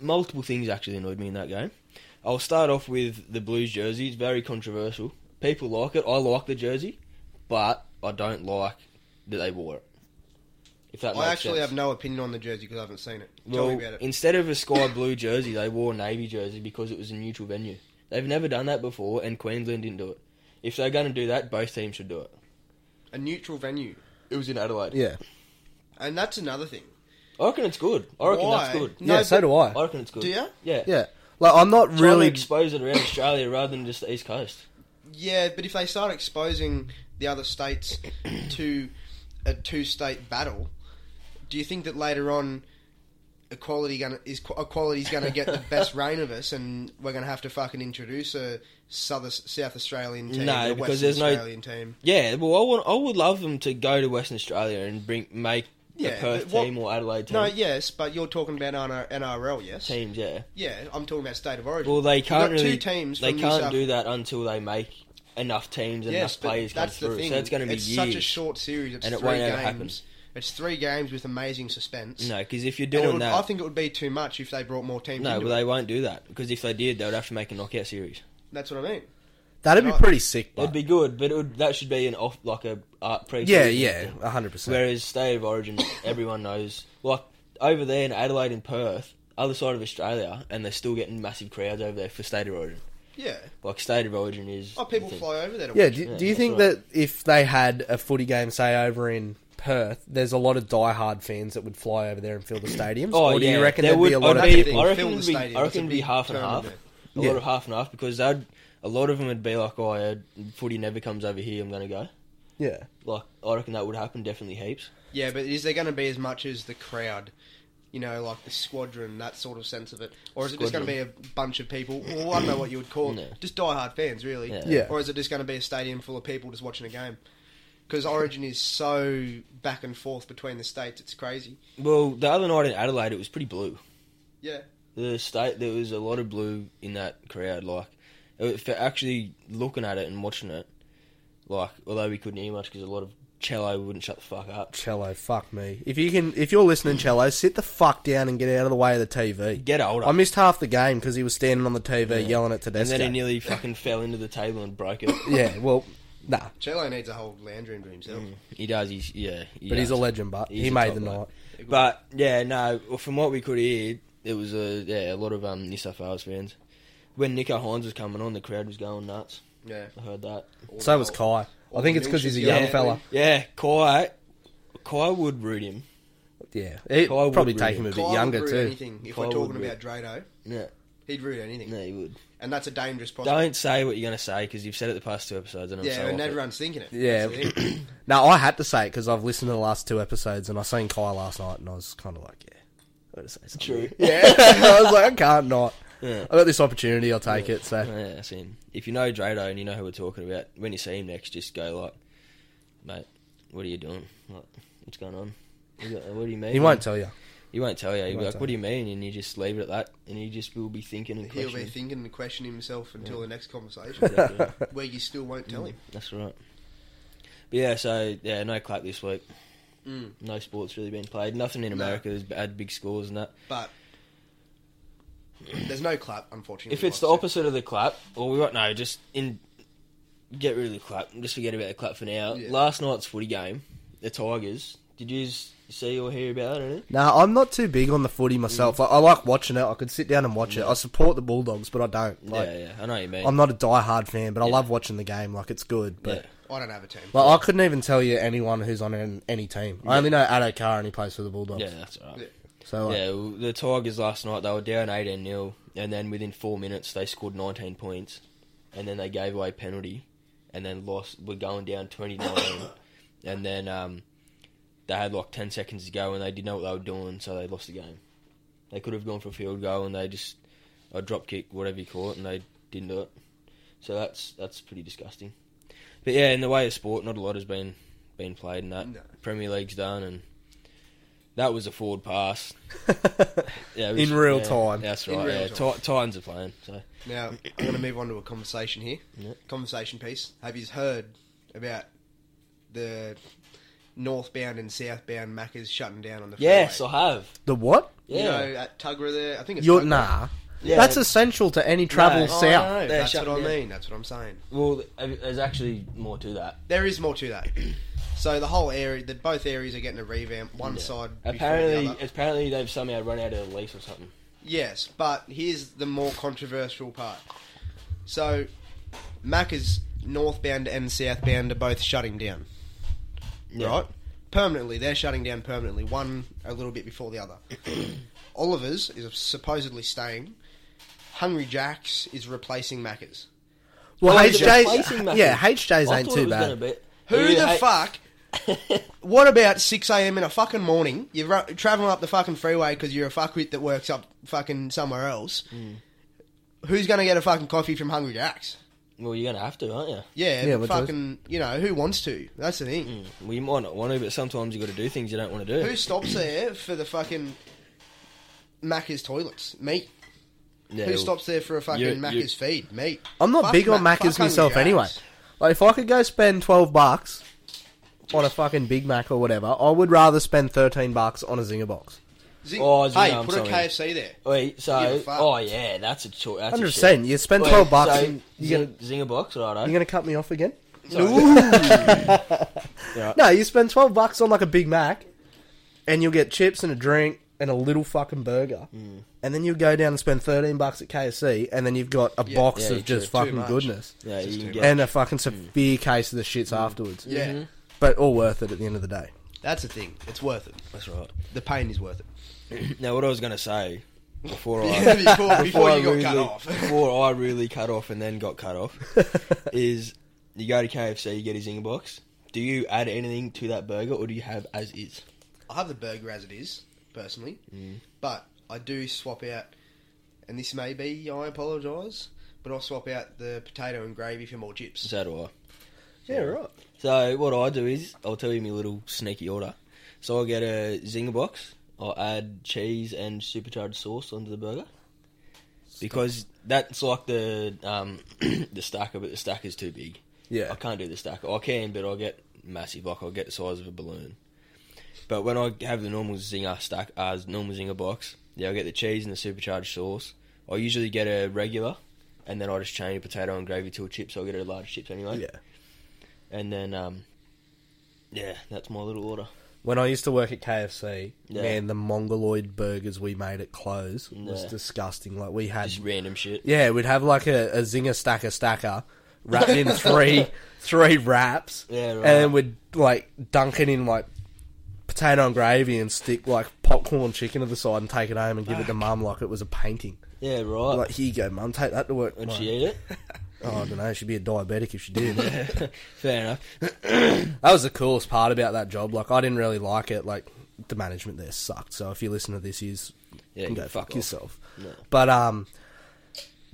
multiple things actually annoyed me in that game. I'll start off with the Blues jersey. It's very controversial. People like it. I like the jersey, but I don't like that they wore it. If that makes I actually sense. have no opinion on the jersey because I haven't seen it. Tell Well, me about it. instead of a sky blue jersey, they wore a navy jersey because it was a neutral venue. They've never done that before, and Queensland didn't do it. If they're going to do that, both teams should do it. A neutral venue, It was in Adelaide. Yeah. and that's another thing. I reckon it's good. I reckon Why? that's good. No, yeah, so but- do I. I reckon it's good. Do ya? Yeah. Yeah. Like, I'm not Trying really. to expose it around Australia rather than just the East Coast. Yeah, but if they start exposing the other states to a two-state battle, do you think that later on equality gonna is equality's gonna get the best reign of us, and we're gonna have to fucking introduce a South, South Australian team, No, a because Western there's no- Australian team? Yeah, well, I would, I would love them to go to Western Australia and bring make Yeah, a Perth but what- team or Adelaide team. No, yes, but you're talking about NR- NRL, yes. Teams, yeah. Yeah, I'm talking about state of origin. Well, they You've can't got really. two teams. they from New can't South- do that until they make enough teams and Yes, enough but players that's come the through. thing. So it's going to be it's years. such a short series. It's and it three won't games. ever happen. It's three games with amazing suspense. No, because if you're And it doing would- that, I think it would be too much if they brought more teams. no, into well, it. they won't do that. Because if they did, they would have to make a knockout series. That's what I mean. That'd be No. pretty sick, but. It'd be good, but it would, that should be an off like a uh, pre. yeah, yeah, 100%. Whereas state of origin, everyone knows. Like over there in Adelaide and Perth, other side of Australia, and they're still getting massive crowds over there for state of origin. Yeah. Like state of origin is. Oh, people the thing. fly over there. To Yeah, watch do, it. Yeah, do you that's think right. that if they had a footy game, say, over in Perth, there's a lot of diehard fans that would fly over there and fill the stadiums? Oh, or do yeah. you reckon there there'd would, be a lot I'd of be- people? I reckon Fill the it'd be, stadium. I It's a reckon it'd be big half and half. tournament. A Yeah. lot of half and half because they'd. A lot of them would be like, "Oh, yeah, footy never comes over here. I'm going to go." Yeah. Like, I reckon that would happen definitely heaps. Yeah, but is there going to be as much as the crowd? You know, like the squadron, that sort of sense of it, or is it just going to be a bunch of people? Well, I don't know what you would call No. just diehard fans, really. Yeah. Yeah. Or is it just going to be a stadium full of people just watching a game? Because Origin is so back and forth between the states, it's crazy. Well, the other night in Adelaide, it was pretty blue. Yeah. the state there was a lot of blue in that crowd. Like, it- for actually looking at it and watching it, like, although we couldn't hear much because a lot of cello wouldn't shut the fuck up. Cello, fuck me. If you can, if you're listening, Cello, sit the fuck down and get out of the way of the TV. Get older. I missed half the game because he was standing on the TV yelling at and Tedesco. then he nearly fucking fell into the table and broke it. yeah, well, nah, Cello needs a whole land room to himself. Mm. He does. He's yeah. He but he's a does. legend, but He's he a made top the bloke. night. But yeah, no. well, From what we could hear, it was a yeah a lot of um New South Wales fans. When Nico Hines was coming on, the crowd was going nuts. Yeah. I heard that. All So the was whole- Kai. I all think the it's because he's a milkshakes young yelling. fella. Yeah, Kai. Kai would root him. Yeah, it Kai would probably root take him. him Kai a bit would younger root too. Anything. If Kai we're would talking root. about Drado, Yeah, he'd root anything, no, he would. and that's a dangerous prospect. Don't say what you're going to say because you've said it the past two episodes, and I'm Yeah, so and off it. everyone's thinking it. Yeah. That's the thing. Now I had to say it because I've listened to the last two episodes and I seen Kai last night and I was kind of like, yeah, I gotta say something. True. Yeah, I was like, I can't not. Yeah. I got this opportunity, I'll take it. So Yeah, that's him. If you know Drado and you know who we're talking about, when you see him next, just go like, "Mate, what are you doing? Like, what's going on? You got- What do you mean?" he won't tell you. He won't tell you. He'll be won't like, tell "What do you mean?" And you just leave it at that, and he just will be thinking and He'll be questioning. thinking and questioning himself until the next conversation, Exactly. Mm, where you still won't tell him. That's right. But yeah, so yeah, no clap this week. Mm. No sports really been played. Nothing in No. America has had big scores and that. But there's no clap, unfortunately. If it's the like I said. opposite of the clap, or we won't know, just in get rid of the clap. Just forget about the clap for now. Yeah. Last night's footy game, the Tigers. Did you s- see or hear about it? Anything? Nah, I'm not too big on the footy myself. Like, I like watching it. I could sit down and watch it. I support the Bulldogs, but I don't. Like, yeah, yeah. I know what you mean. I'm not a die-hard fan, but I Yeah. love watching the game. Like, it's good, but. Yeah. I don't have a team. Like, I couldn't even tell you anyone who's on an, any team. I only know Addo Carr and he plays for the Bulldogs. yeah, that's all right. Yeah. So, like, Yeah, well, the Tigers last night they were down eighteen 0 and then within four minutes they scored nineteen points, and then they gave away a penalty, and then lost. Were going down twenty nine, and then um, they had like ten seconds to go, and they didn't know what they were doing, so they lost the game. They could have gone for a field goal, and they just a drop kick, whatever you call it, and they didn't do it. So that's that's pretty disgusting. But yeah, in the way of sport, not a lot has been been played in that. No. Premier League's done, and that was a forward pass. Yeah, it In real yeah, time. That's In right. real yeah, time. Ti- Titans are playing. So Now I'm going to move on to a conversation here. Yeah. Conversation piece. Have you heard about the northbound and southbound Maccas shutting down on the yes, freeway? I have. the what? Yeah, You know, at Tugra there. I think it's You're, Tugra. nah. Yeah. That's essential to any travel No. Oh, south. I know, They're That's what shutting I down. mean. That's what I'm saying. well, th- there's actually more to that. There is more to that. So the whole area, the both areas are getting a revamp. One Yeah. side before apparently, the other. apparently they've somehow run out of lease or something. Yes, but here's the more controversial part. So, Macca's northbound and southbound are both shutting down, Yeah. right? Permanently, they're shutting down permanently. One a little bit before the other. Oliver's is supposedly staying. Hungry Jack's is replacing Macca's. Well, Oh, it's replacing HJ's, Maccas. yeah, HJ's I ain't thought too it was bad. gonna Be, Who Yeah, the hey- fuck? what about 6 a.m. in a fucking morning? You're ru- traveling up the fucking freeway because you're a fuckwit that works up fucking somewhere else. Mm. Who's going to get a fucking coffee from Hungry Jack's? Well, you're gonna have to, aren't you? Yeah, Yeah, but but those- Mm. fucking, you know, who wants to? That's the thing. Well, you might not want to, but sometimes you got to do things you don't want to do. Who stops there for the fucking Macca's toilets? Me. yeah, who well, stops there for a fucking you- Macca's you- feed? Me. I'm not Fuck big on Ma- Macca's fuck Hungry myself Jack's. anyway. Like, if I could go spend 12 bucks on a fucking Big Mac or whatever, I would rather spend 13 bucks on a Zinger box. Zing- Oh, Zing, hey, I'm put sorry. a KFC there. Wait, Give so a fuck. oh yeah, that's a choice. 100%. You spend 12 bucks So, and you you're going to zinger box, right? eh? you're gonna cut me off again? yeah. No, you spend twelve bucks on like a Big Mac, and you'll get chips and a drink and a little fucking burger, Mm. and then you go down and spend thirteen bucks at KFC, and then you've got a box yeah, of just true. Too fucking much. goodness Yeah, Just you can too get Mm. and a fucking severe case of the shits afterwards. Yeah, but all worth it at the end of the day. that's the thing. It's worth it. that's right. The pain is worth it. Now, what I was going to say before I before, before, before, you got I really, cut off. before I really cut off and then got cut off, is you go to KFC, you get a zinger box. Do you add anything to that burger, or do you have as is? I have the burger as it is, personally, Mm. but I do swap out, and this may be, I apologise, but I'll swap out the potato and gravy for more chips. So do I. Yeah, right. So what I do is I'll tell you my little sneaky order. So I get a zinger box. I'll add cheese and supercharged sauce onto the burger because that's like the um, the stacker, but the stacker's too big. Yeah, I can't do the stack. I can, but I'll get massive. Like I'll get the size of a balloon. But when I have the normal zinger stack, as normal zinger box, yeah, I get the cheese and the supercharged sauce. I usually get a regular, and then I just change the potato and gravy to a chip. So I get a large chips anyway. yeah. And then, um, yeah, that's my little order. When I used to work at KFC, Yeah. man, the mongoloid burgers we made at close was Yeah. disgusting. Like we had Just random shit. Yeah, we'd have like a, a zinger stacker stacker wrapped in three three wraps. Yeah, And right. then we'd like dunk it in like potato and gravy and stick like popcorn chicken to the side and take it home and give it to mum like it was a painting. Yeah, right. Like, here you go, mum, take that to work. Would mate." she eat it? oh, I don't know, she'd be a diabetic if she did. that Fair enough. was the coolest part about that job. Like I didn't really like it, like the management there sucked. So if you listen to this you Yeah, can you go can fuck fuck off. yourself. No. But um,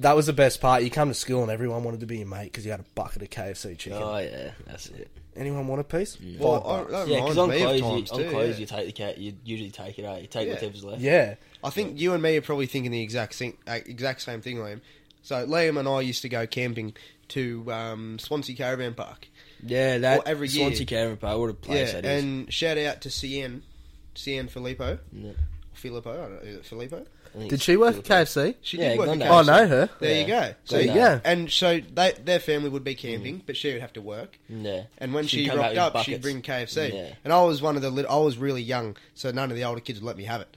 that was the best part. You come to school and everyone wanted to be your mate because you had a bucket of KFC chicken. Oh yeah, that's it. Anyone want a piece? Well, Five bucks. I, that Yeah, reminds because on me close, of you, on times too. close yeah. you take the cat. You usually take it out. You take Yeah. whatever's left. yeah, I think you and me are probably thinking the exact same, uh, exact same thing, Liam. So Liam and I used to go camping to um, Swansea Caravan Park. Yeah, that Or every year. Swansea Canberra Park, what a place yeah, that is. and shout out to CN, CN Filippo, Yeah. Filippo. I don't know, is it Filippo? I think Did it's she work at Philippines. KFC? She Yeah, did work. at Glendale. Oh, I KFC. know her. There you Yeah. go. So Glendale. Yeah. and so they, their family would be camping, but she would have to work. Yeah. And when Mm. She'd she come rocked back with up, she'd buckets. bring KFC. Yeah. And I was one of the lit- I was really young, so none of the older kids would let me have it.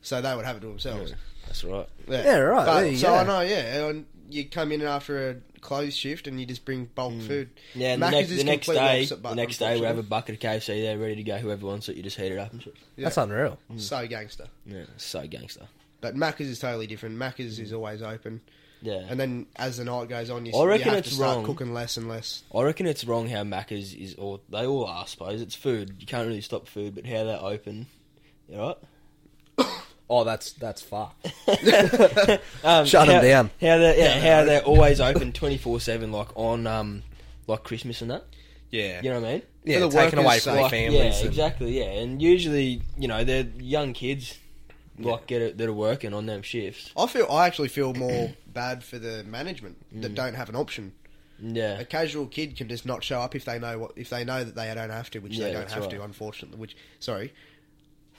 So they would have it to themselves. That's right. Yeah, Yeah, right, But- there you so go. I know, yeah. And you come in after a close shift and you just bring bulk food. Mm. Yeah, and the Macca's next, is the next completely day, opposite, but the next day we have a unfortunately. bucket of KFC there ready to go. Whoever wants it, you just heat it up and shit. That's unreal. Mm. so gangster. Yeah, so gangster. But Macca's is totally different. Macca's is always open, Mm. Yeah, and then as the night goes on, you, I reckon you have it's to start wrong. cooking less and less. I reckon it's wrong how Macca's is all they all are. I suppose it's food. You can't really stop food, but how they're open, you right? Oh, that's that's fucked. um, Shut 'em how- down. How they're, yeah, how they're always open twenty four seven, like on um, like Christmas and that. Yeah, You know what I mean? Yeah, the taken away workers' from sake. their Like, families. Yeah, and- exactly. Yeah, and usually you know they're young kids, like get it, that are working on them shifts. I feel I actually feel more bad for the management Mm. that don't have an option. Yeah, A casual kid can just not show up if they know what if they know that they don't have to, which Yeah, they don't that's have right. to, unfortunately. Which sorry,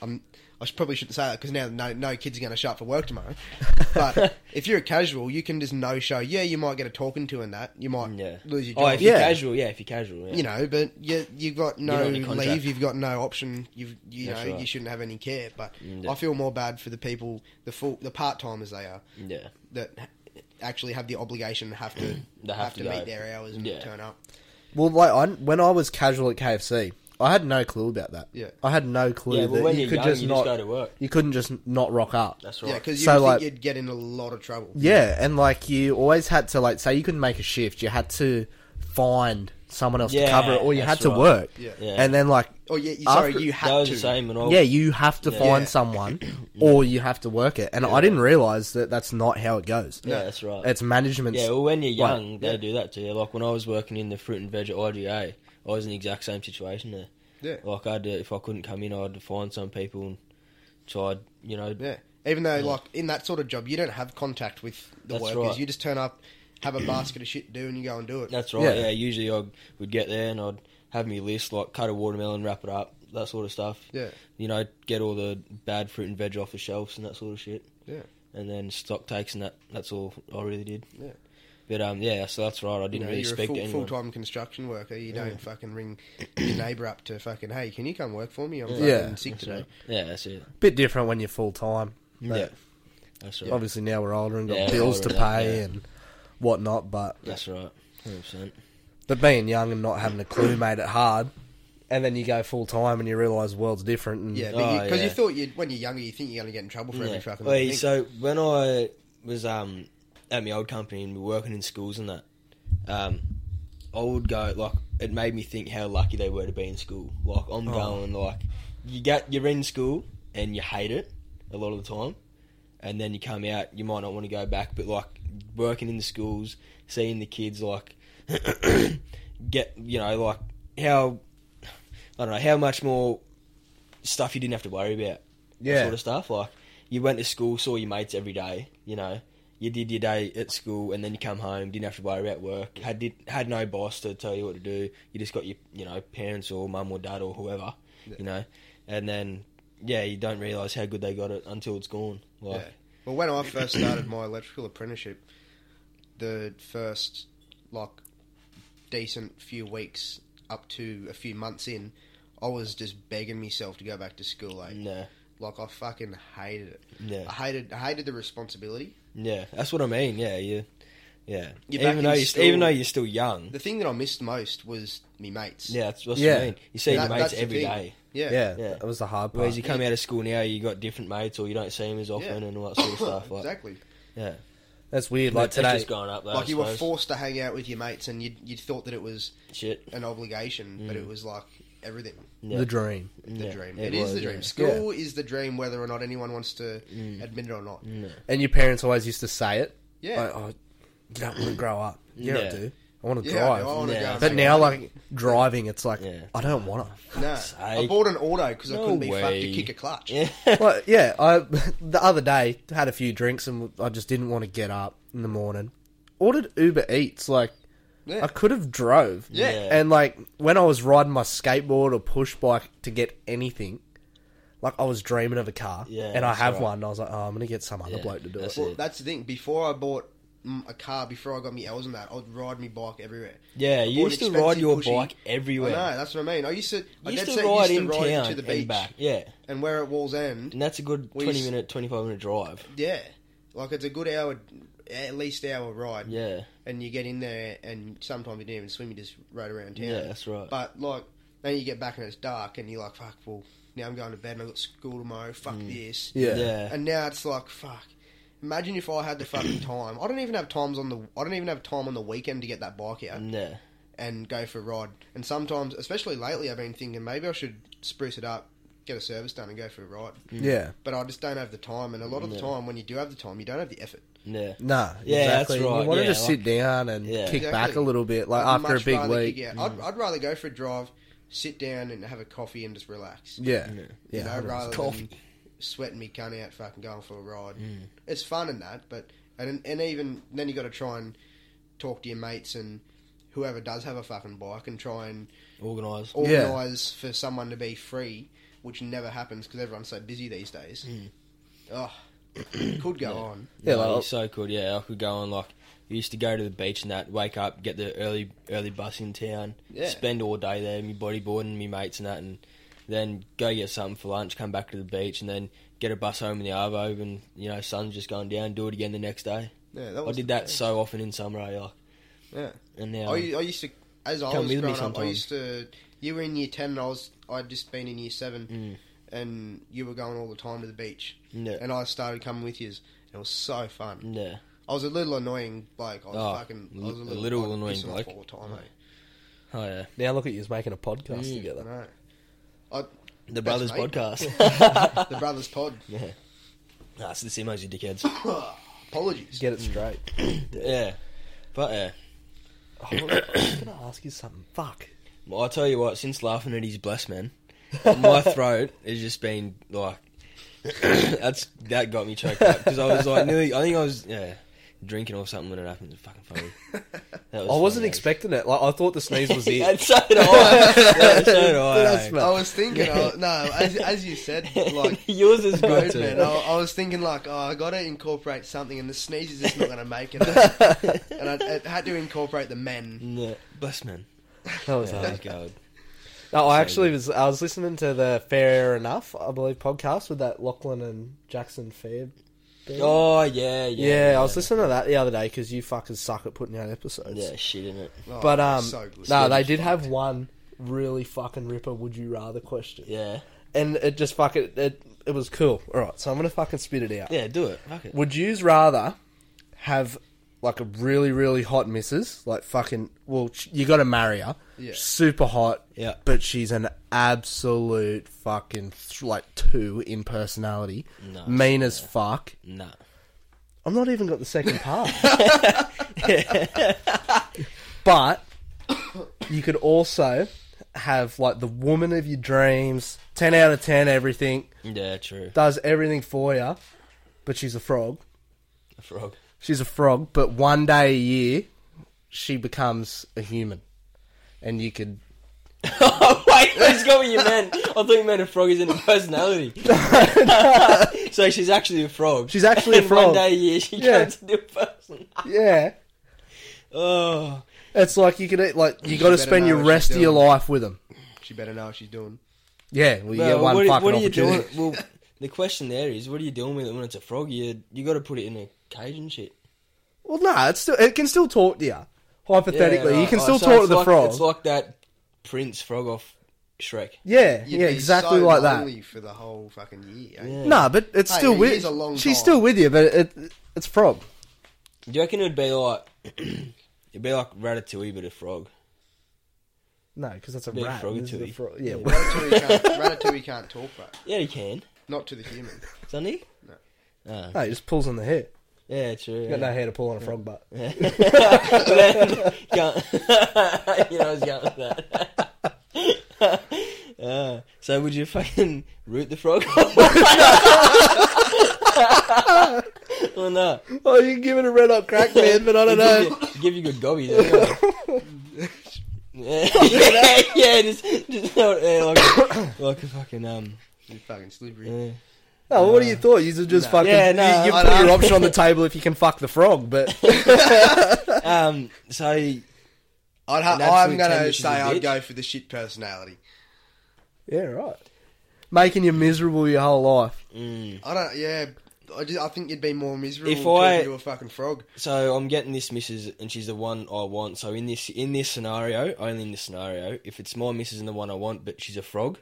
I'm, I should, probably shouldn't say that because now no no kids are going to show up for work tomorrow. but if you're a casual, you can just no show. Yeah, you might get a talking to and that you might yeah. lose your job. oh, if you're Yeah. casual, yeah, if you're casual, yeah. you know, but you you've got not no in a contract. leave, you've got no option. You've you That's know right. Mm, you shouldn't have any care. But Yeah. I feel more bad for the people, the full the part timers they are yeah. that ha- actually have the obligation and have to They have, have to, to go. meet their hours and Yeah. turn up. Well, like I, when I was casual at KFC, I had no clue about that. Yeah. I had no clue Yeah, that but when you you're could young, just you not. just go to work. you couldn't just not rock up. That's Yeah, right. because you So, would like- think you'd get in a lot of trouble. Yeah, and like you always had to like say you couldn't make a shift, you had to find someone else to Yeah, cover it, or you that's had to right. work. Yeah. Yeah. And then like, Oh yeah, you, sorry, After- you that had was to. the same and all. yeah, you have to find Yeah. someone, or you have to work it. And I didn't realize that that's not how it goes. Yeah, that's right. It's management. yeah, well, when you're Like, young, they do that to you. Like when I was working in the fruit and veg at IGA, I was in the exact same situation there. Yeah. Like I'd, uh, if I couldn't come in, I had to find some people and tried, you know. Yeah, even though like in that sort of job, you don't have contact with the That's workers. right. You just turn up, have a basket of shit to do, and you go and do it. That's right. Yeah. Yeah. Usually I would get there and I'd have my list, like cut a watermelon, wrap it up, that sort of stuff. Yeah. You know, get all the bad fruit and veg off the shelves and that sort of shit. Yeah. And then stock takes and that. That's all I really did. Yeah. But um, yeah. So that's right. I didn't You know, really you're speak to a anyone. full, full-time construction worker. You don't fucking ring your neighbour up to fucking, hey, can you come work for me? I'm fucking Yeah. sick That's today. right. Yeah, that's it. bit different when you're full time. Yeah, that's right. Obviously now we're older and got Yeah, we're bills to older pay and that, yeah. and whatnot, but That's right. Hundred percent. But being young and not having a clue made it hard. And then you go full time and you realise the world's different. And Yeah, Oh, because you, yeah. thought you when you're younger, you think you're going to get in trouble for every fucking Wait, thing. so when I was um at my old company and we were working in schools and that, um, I would go like it made me think how lucky they were to be in school. Like I'm Oh. going like you get you're in school and you hate it a lot of the time, and then you come out you might not want to go back, but like working in the schools, seeing the kids like get you know like how I don't know how much more stuff you didn't have to worry about that Yeah. sort of stuff. Like you went to school, saw your mates every day. You know, you did your day at school, and then you come home, didn't have to worry about work. Had did, had no boss to tell you what to do. You just got your you know parents or mum or dad or whoever. You know, and then yeah, you don't realise how good they got it until it's gone. Like Yeah. Well, when I first started my electrical apprenticeship, the first like decent few weeks up to a few months in, I was just begging myself to go back to school. Like, no, like I fucking hated it. Yeah. I hated, I hated the responsibility. yeah, that's what I mean. Yeah, you, yeah. You're back even in though you school. even though you're still young. The thing that I missed most was me mates. Yeah, that's what Yeah. I mean. You see That- your mates that's the every thing. day. yeah, yeah, Yeah. that was the hard part. Whereas you come out of school now, you got different mates, or you don't see them as often, and all that sort of stuff. Like, exactly. Yeah, That's weird. Like That's today, just gone up. Though, like I you were suppose. forced to hang out with your mates, and you you thought that it was Shit. an obligation, but Mm. it was like everything. Yeah. the dream. The Yeah, dream. it it is was, the yeah. Mm. dream. School is the dream, whether or not anyone wants to admit it or not. And your parents always used to say it. Yeah. Like, oh, you don't want to grow up. Yeah, I Yeah. do. I want to Yeah, I drive. wanna Yeah. go and But make now, money. like driving, it's like Yeah. I don't want to. no, I sake. bought an auto because I No couldn't be fucked to way. kick a clutch. Yeah. well, yeah, I the other day had a few drinks and I just didn't want to get up in the morning. Ordered Uber Eats like Yeah. I could have drove. Yeah. Yeah. And like when I was riding my skateboard or push bike to get anything, like I was dreaming of a car. Yeah, And I that's have right. one. And I was like, oh, I'm gonna get some other Yeah, bloke to do that's it. Well, Yeah. that's the thing. Before I bought mm, a car, before I got me L's and that, I'd ride my bike everywhere. Yeah, I you bought an used to expensive ride your cushy- bike everywhere. I know, that's what I mean. I used to, I You used dead to set ride used in to ride town to the and beach back. Yeah, and where at Wall's End. and that's a good We twenty used- minute, twenty five minute drive. Yeah, like it's a good hour, at least hour ride. Yeah, and you get in there, and sometimes you didn't even swim. You just rode around town. yeah, that's right. But like, then you get back and it's dark, and you're like, "Fuck, well, now I'm going to bed, and I've got school tomorrow. Fuck this." Mm. Yeah. yeah, And now it's like, "Fuck." Imagine if I had the fucking time. I don't even have times on the. I don't even have time on the weekend to get that bike Mm. out yeah, and go for a ride. And sometimes, especially lately, I've been thinking maybe I should spruce it up, get a service done, and go for a ride. Yeah. But I just don't have the time. And a lot of the Yeah. time, when you do have the time, you don't have the effort. yeah. Nah. Yeah, that's exactly. right, You want yeah, to just like- sit down and Yeah. kick back Exactly. a little bit, like I'd after a much big rather week. kick out. I'd, I'd rather go for a drive, sit down and have a coffee and just relax. Yeah. Yeah. you know, Yeah. rather Coffee. than sweating me cunt out, fucking going for a ride. Mm. It's fun and that, but and and even then you got to try and talk to your mates and whoever does have a fucking bike and try and Organised. Yeah. organise for someone to be free, which never happens because everyone's so busy these days. Oh, could go on. Yeah, Mm. Yeah, like- like, so cool. Yeah, I could go on like I used to go to the beach and that. Wake up, get the early early bus in town. Yeah. Spend all day there, me bodyboarding, me mates and that, and then go get something for lunch. Come back to the beach and then get a bus home in the arvo and you know sun's just going down. Do it again the next day. Yeah, that I was did the that best. Oh, so often in summer. eh, Like, Yeah. and now I, I used to, as I Come was with me growing up, I sometime. used to. You were in year ten, and I was. I'd just been in year seven, Mm. and you were going all the time to the beach, yeah, and I started coming with yous. and It was so fun. yeah, I was a little annoying bloke. I was Oh, fucking. I was a l- a little, little I'd annoying piss him off bloke. all the time. eh? oh yeah, Now look at you making a podcast Mm. I together. know. the Best brothers mate. podcast. The brothers pod. yeah, that's the same as you dickheads. Apologies. Get it straight. yeah, but yeah. Oh, I was gonna ask you something. Fuck. Well, I tell you what, since laughing at his blessed man, my throat has just been like that's that got me choked up because I was like nearly. I think I was yeah drinking or something when it happened. It's fucking funny. That I wasn't funny. expecting it. Like I thought the sneeze was And it. so did I. Yeah, so did I. That's I was thinking, oh, no, as, as you said, like Yours is good, road too. man. I, I was thinking like, oh, I got to incorporate something, and the sneeze is just not going to make it. and I, I had to incorporate the men. Mm, Yeah, blessed man. That was Oh hard. god. No, I actually was. I was listening to the Fair Enough, I believe, podcast with that Lachlan and Jackson Fair. band. Oh yeah, yeah. yeah, I was listening to that the other day because you fuckers suck at putting out episodes. Yeah, shit in it. Oh, but um, so good. no, they It's did fucked. have one really fucking ripper. Would you rather question? Yeah, and it just fucking it, it. It was cool. All right, so I'm gonna fucking spit it out. yeah. Do it. Fuck it. Would yous rather have like a really really hot missus, like fucking? Well, sh- you got to marry her. Yeah. Super hot. Yeah. But she's an absolute fucking th- like two in personality, No, mean as fuck. Nah. I'm not even got the second part. but you could also have like the woman of your dreams, ten out of ten, everything Yeah, true. does everything for you, but she's a frog. A frog. She's a frog, but one day a year, she becomes a human, and you could. Oh, wait, let's go with your man. I thought you meant a frog is in a personality. so she's actually a frog. She's actually a And frog. One day a year she Yeah. turns into a person. Yeah, Oh, it's like you could like you got to better spend know your what she's rest of your doing. life with them. She better know what she's doing. Yeah, well, you Well, get one what, are- fucking what are you opportunity. doing? Well, the question there is, what are you doing with it when it's a frog? You you got to put it in a cage and shit. Well, no, it's still it can still talk to you. Hypothetically, Yeah, you right. can Oh, still so talk it's to the like, frog. It's like that prince frog off Shrek. yeah, You'd yeah, be exactly so like that. lonely For the whole fucking year. eh? Yeah. No, but it's Hey, still a with. year's a long she's time. still with you, but it, it's frog. Do you reckon it'd be like it'd be like Ratatouille but a frog? No, because that's a Big rat. frog this is too. a frog. Yeah, Yeah. Ratatouille can't, Ratatouille can't talk, bro. Yeah, you can. Not to the human. Sonny? No. Oh. no, it just pulls on the hair. Yeah, true. You got yeah. no hair to pull on a frog butt. then, can't, you know, I was going with that. Uh, so would you fucking root the frog? Well, no. Oh, you can give it a red hot crack, man, but I don't know. Give you, give you good gobbies. anyway. yeah, yeah, yeah, just, just yeah, like, a- like a fucking um. You fucking slippery. Yeah. No, what do you thought? You just Nah. fucking. Yeah, no, you, you I put know. your option on the table if you can fuck the frog, but Um. So I'd ha- I'm An absolute gonna ten say bitches a I'd bitch. go for the shit personality. yeah, right. Making you miserable your whole life. mm, I don't. Yeah, I, just, I think you'd be more miserable If if talking I- to a fucking frog. so I'm getting this missus, and she's the one I want. So in this in this scenario, only in this scenario, if it's my missus and the one I want, but she's a frog,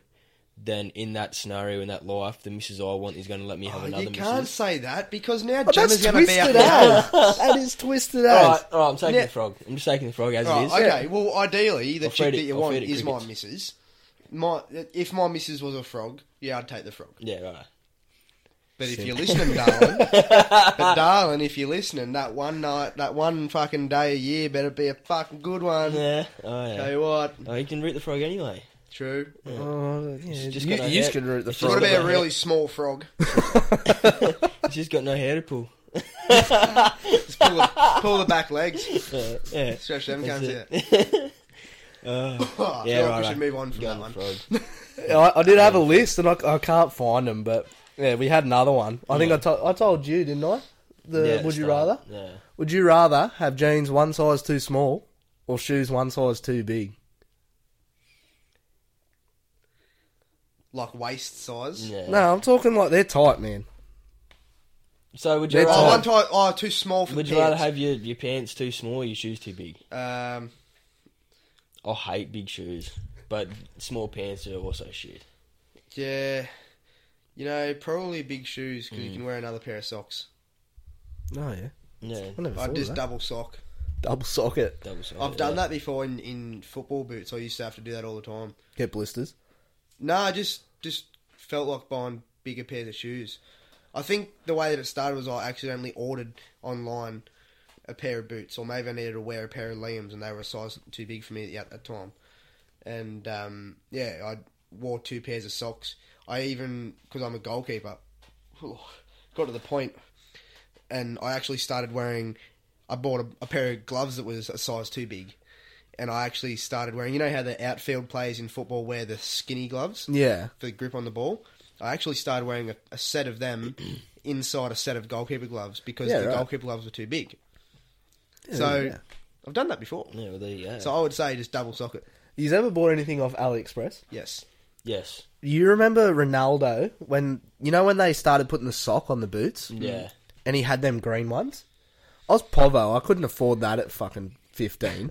then in that scenario, in that life, the missus I want is going to let me have Oh, another you can't missus. say that because now Oh, that's Gemma's gonna be twisted out. as. that is twisted as. All right, all right. I'm taking Yeah. the frog. I'm just taking the frog as it Right, is. okay. Well, ideally, the I'll chick feed that it- you I'll want feed it is my crickets. missus. My if my missus was a frog, yeah, I'd take the frog. Yeah, right. But if you're listening, darling, but darling, if you're listening, that one night, that one fucking day a year, better be a fucking good one. Yeah. Oh, yeah. Tell you what, Oh, you can root the frog anyway. true. Oh, yeah, just you got a you head. could root the It's It's got frog. to be a really small frog. It's just got no hair to pull. Just pull the, pull the back legs. Uh, yeah. Stretch them, can't That's see it. it. Uh, Oh, I feel yeah, like right, we right. should move on from Go that on, one. Frog. I, I did have a list, and I, I can't find them. But yeah, we had another one. I think I, to- I told you, didn't I? The Yeah, would you start. rather? Yeah. Would you rather have jeans one size too small or shoes one size too big? Like waist size. yeah. No, I'm talking like they're tight, man. So would you They're Oh, tight. rather, one time, oh, too small for would the you rather pants. have your, your pants too small or your shoes too big? um, I hate big shoes, but small pants are also shit. yeah, you know, probably big shoes Hmm. because you can wear another pair of socks. No, yeah. Yeah. I never I'd thought just of that. double sock. double socket. Double sided, I've done yeah. that before in, in football boots. I used to have to do that all the time. Get blisters. No, I just just felt like buying bigger pairs of shoes. I think the way that it started was I accidentally ordered online a pair of boots, or maybe I needed to wear a pair of Liam's, and they were a size too big for me at that time. And um, yeah, I wore two pairs of socks. I even because I'm a goalkeeper, got to the point, and I actually started wearing. I bought a, a pair of gloves that was a size too big, and I actually started wearing. You know how the outfield players in football wear the skinny gloves Yeah. for the grip on the ball. I actually started wearing a, a set of them inside a set of goalkeeper gloves because Yeah, the right. goalkeeper gloves were too big. Yeah, so yeah. I've done that before. Yeah, well, there you go. So I would say just double socket. You've ever bought anything off AliExpress? Yes. yes. You remember Ronaldo when you know when they started putting the sock on the boots? Yeah. And he had them green ones? I was Povo, I couldn't afford that at fucking fifteen.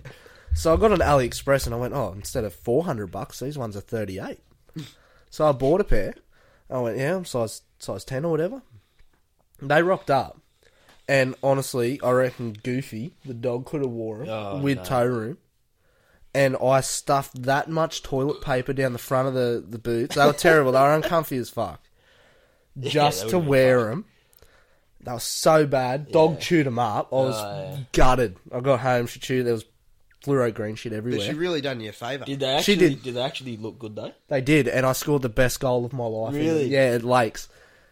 so I got on AliExpress and I went, Oh, instead of four hundred bucks, these ones are thirty eight. so I bought a pair. I went, Yeah, I'm size size ten or whatever. They rocked up. And honestly, I reckon Goofy, the dog, could have wore it Oh, with no. toe room. And I stuffed that much toilet paper down the front of the, the boots. They were terrible. they were uncomfy as fuck. Just they to would've been wear them. They were so bad. Dog chewed them up. I was Oh, yeah. gutted. I got home. She chewed. There was fluoro green shit But everywhere. she really done you a favour. Did they She actually? did. Did. they actually look good though? they did, and I scored the best goal of my life. Really? Yeah, at Lakes.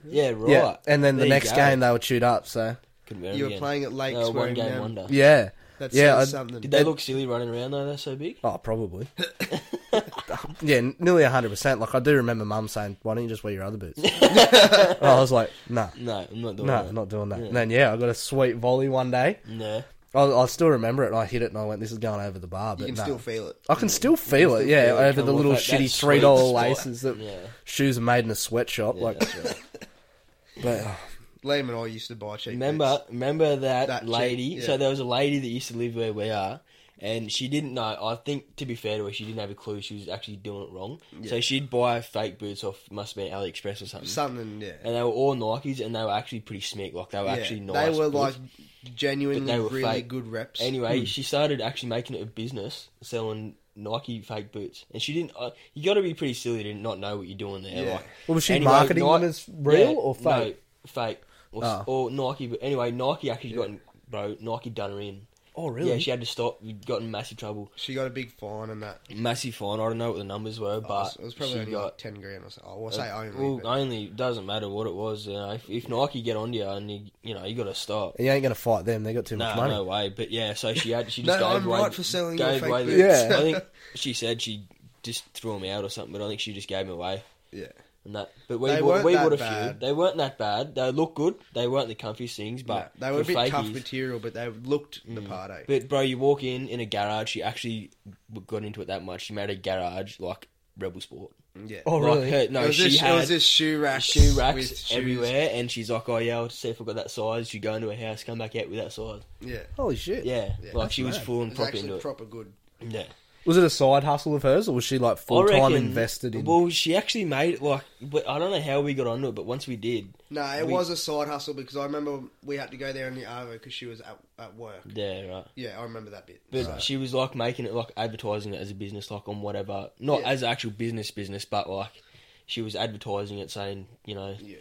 Yeah. Right. Yeah. And then the There you next go. game, they were chewed up. So Couldn't wear 'em You were again. playing at Lakes They were one wearing game them. wonder. yeah, That yeah. says I- something. Did they look silly running around though? They're so big. Oh, probably. yeah, n- nearly hundred percent. Like I do remember Mum saying, "Why don't you just wear your other boots?" And I was like, "Nah, No, I'm not doing nah, that. not doing that." And then yeah, I got a sweet volley one day. No. I, I still remember it, and I hit it, and I went, "This is going over the bar." But you can nah. still feel it. I can still feel still it. Yeah, feel it over come the off little that- that shitty sweet three dollar spot. laces that Yeah. shoes are made in a sweatshop. Yeah, like, that's right. but oh, Liam and I used to buy cheap Remember, remember that, That chick, lady. yeah. So there was a lady that used to live where we are, and she didn't know. I think to be fair to her, she didn't have a clue she was actually doing it wrong. So she'd buy fake boots off, must have been AliExpress or something. boots. Something, yeah. and they were all Nikes, and they were actually pretty smick. Like they were Yeah, actually nice. They were boots. like hmm. genuinely But they were really fake. good reps. Anyway, she started actually making it a business selling Nike fake boots, and she didn't. Uh, you got to be pretty silly to not know what you're doing there. Yeah. Like, Well, was she marketing them as real or fake? No, fake or, Oh. or Nike. But anyway, Nike actually got bro Nike done her in. Oh, really? Yeah, she had to stop. We got in massive trouble, She got a big fine and that. massive fine. I don't know what the numbers were, Oh, but it was probably she only got like ten grand or so. I will say only. Well, but- only doesn't matter what it was. You know, if, if Nike get on to you and you, you know you got to stop. And you ain't gonna fight them. They got too No, much money. no way. But yeah, so she had she just No, gave I'm away, right for selling your gave fake away the, boots. Yeah. I think she said she just threw them out or something, but I think she just gave them away. yeah. And that, but we They bought, weren't we that bought a few. bad. They weren't that bad. They looked good. They weren't the comfiest things, but No, they were a for bit tough fakies- Mm. material, but they looked the part. Eh? But bro, you walk in in a garage. She actually got into it that much. She made a garage like Rebel Sport. yeah. Oh, Like, really? her- no, it was she this, had it was this shoe rack, shoe with racks shoes. everywhere, and she's like, "Oh yeah, I'll see if I got that size." You go into her house, come back out with that size. Yeah, Holy shit! Yeah, Yeah, like that's she was mad. full it and was prop actually into it. proper good. yeah, Was it a side hustle of hers, or was she like I full time reckon- invested in? Well, she actually made it like, but I don't know how we got onto it, but once we did, No, it We- was a side hustle because I remember we had to go there in the arvo because she was at, at work. yeah, right. Yeah, I remember that bit. But So- she was like making it like advertising it as a business, like on whatever, not Yeah. as actual business business, but like she was advertising it, saying, you know, yeah,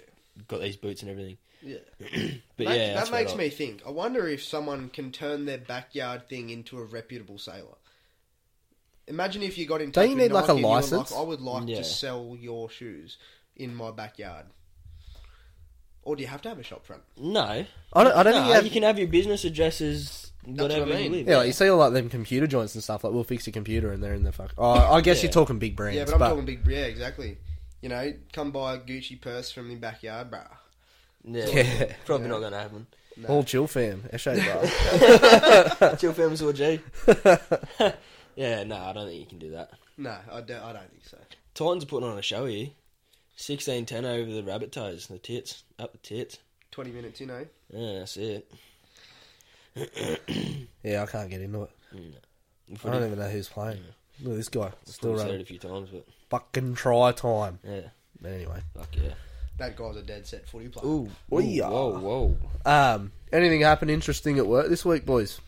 got these boots and everything. yeah. But Makes- yeah, that's that what makes I- me think. I wonder if someone can turn their backyard thing into a reputable sailor. Imagine if you got in touch. Don't you with need, like, a Nike and you were license? I would like Yeah. to sell your shoes in my backyard. Or do you have to have a shop front? No, I don't. I don't no, think you, you have. can have your business addresses what I whatever you mean. live. yeah, like you see all like them computer joints and stuff. Like we'll fix your computer, and they're in the fuck. Oh, I guess Yeah. you're talking big brands, yeah, but but, I'm talking big. Yeah, exactly. You know, come buy a Gucci purse from the backyard, bruh. Yeah, Yeah. probably not going to happen. No. all chill fam. SA bro. Chill films or G. yeah, no, I don't think you can do that. No, I don't, I don't think so. Titans are putting on a show here. Sixteen ten over the rabbit toes, the tits, up the tits. 20 minutes, you know. Yeah, that's it. yeah, I can't get into it. We've I don't already- even know who's playing. Look at this guy. Still we've said it running. a few times, but Fucking try time. yeah, But anyway. fuck yeah. That guy's a dead set footy player. Ooh, Ooh, yeah. whoa, whoa. Um, anything happened interesting at work this week, boys?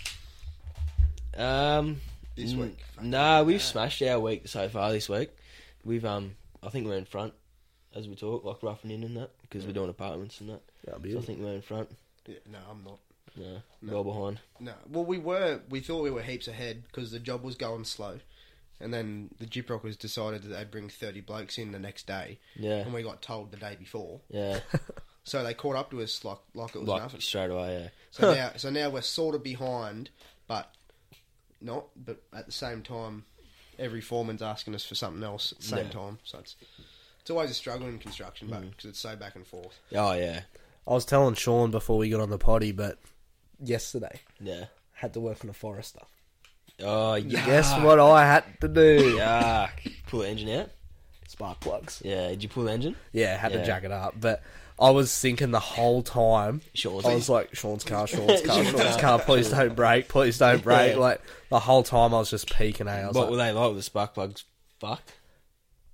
Um, This n- week, fucking Nah, we've yeah. smashed our week so far this week. We've um, I think we're in front as we talk, like roughing in and that because Mm. we're doing apartments and that. That'd So I think we're in front. Yeah, no, I'm not. No, well behind. No. Well, we were. We thought we were heaps ahead because the job was going slow. And then the Gyprockers decided that they'd bring 30 blokes in the next day. Yeah, And we got told the day before. yeah. So they caught up to us like, like it was like nothing. straight away. Yeah. So now, so now we're sort of behind, but not. But at the same time, every foreman's asking us for something else at the same Yeah. Mm. time. So it's it's always a struggle in construction, but because it's so back and forth. Oh yeah, I was telling Sean before we got on the potty, but yesterday yeah. had to work on a forester. Oh yeah. Guess what I had to do? Yeah. Pull the engine out. Spark plugs. Yeah. Did you pull the engine? Yeah, had Yeah. to jack it up. But I was thinking the whole time. Sean's I was like, Sean's car, Sean's car, Sean's car. Please don't break. Please don't break. Yeah. Like the whole time, I was just peeking. Eh? I was What like, were they like with the spark plugs? Fuck.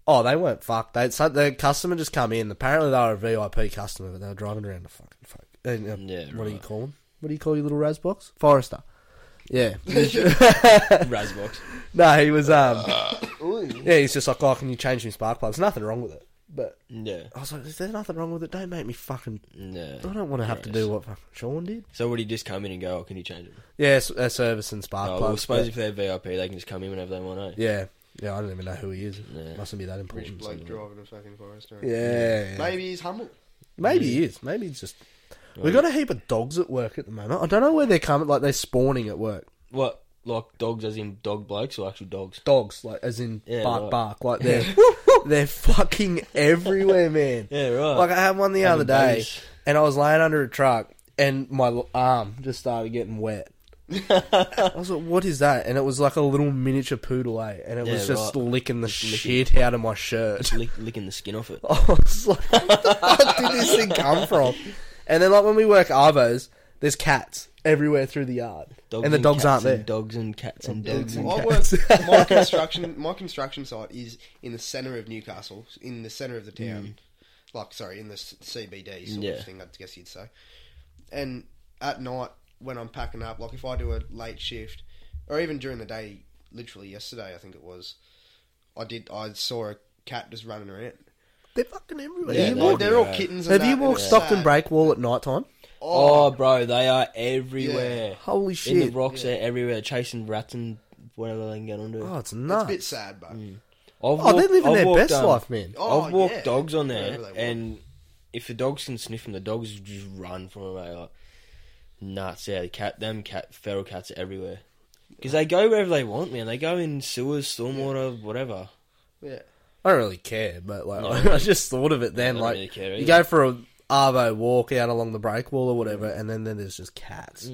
Oh, they weren't fucked. They so the customer just come in. Apparently, they were a VIP customer, but they were driving around the fucking fuck. And, uh, Yeah, what do you right. call them? What do you call your little raz box? Forester. Yeah. Razbox. no, he was. um Yeah, he's just like, oh, can you change me spark plugs? Nothing wrong with it. But Yeah. I was like, is there nothing wrong with it? Don't make me fucking. Yeah. I don't want to have to do what fucking Sean did. So would he just come in and go? Oh, can you change it? Yeah, s- uh, service and spark Oh, plugs. well, I suppose but- if they're VIP, they can just come in whenever they want. Eh? yeah, yeah. I don't even know who he is. Yeah. Mustn't be that Rich important. bloke driving a fucking Forester. Yeah, yeah. Maybe he's humble. Maybe he is. Maybe he's just. We've got a heap of dogs at work at the moment. I don't know where they're coming. Like they're spawning at work. What? Like dogs, as in dog blokes or actual dogs? Dogs, like as in Yeah, bark, right. bark. Like they're they're fucking everywhere, man. Yeah, right. Like I had one the other Having day, babies. and I was laying under a truck, and my l- arm just started getting wet. I was like, "What is that?" And it was like a little miniature poodle, eh? And it was Yeah, just right. licking the licking. shit out of my shirt. Lick, licking the skin off it. I was like, where the fuck did this thing come from? And then, like, when we work Arvos, there's cats everywhere through the yard. Dogs and the dogs cats aren't there. and Dogs and cats and dogs. And Well, I cats. work, my construction my construction site is in the centre of Newcastle, in the centre of the Mm. town. Like, sorry, in the s- CBD sort Yeah. of thing. I guess you'd say. And at night, when I'm packing up, like if I do a late shift, or even during the day, literally yesterday, I think it was, I did. I saw a cat just running around. They're fucking everywhere. Yeah, You they Like, walk- do. they're all yeah. kittens. And have that, you and walked it's Stockton sad. Breakwall at night time? Oh, bro, they are everywhere. Holy In the shit. rocks, they're everywhere, chasing rats and whatever they can get onto. Oh, it's It's a nuts. bit sad, but I've oh, they're walked- living I've their walked, best um, life, man. Oh, I've walked yeah. dogs on Wherever there, they walk. and if the dogs can sniff them, the dogs just run from away. Like, nuts, yeah. The cat, them cat, feral cats are everywhere. Because they go wherever they want, man. They go in sewers, stormwater, whatever. yeah, I don't really care, but like No. I just thought of it then. I don't like really care you either. go for a arvo walk out along the break wall or whatever, and then, then there's just cats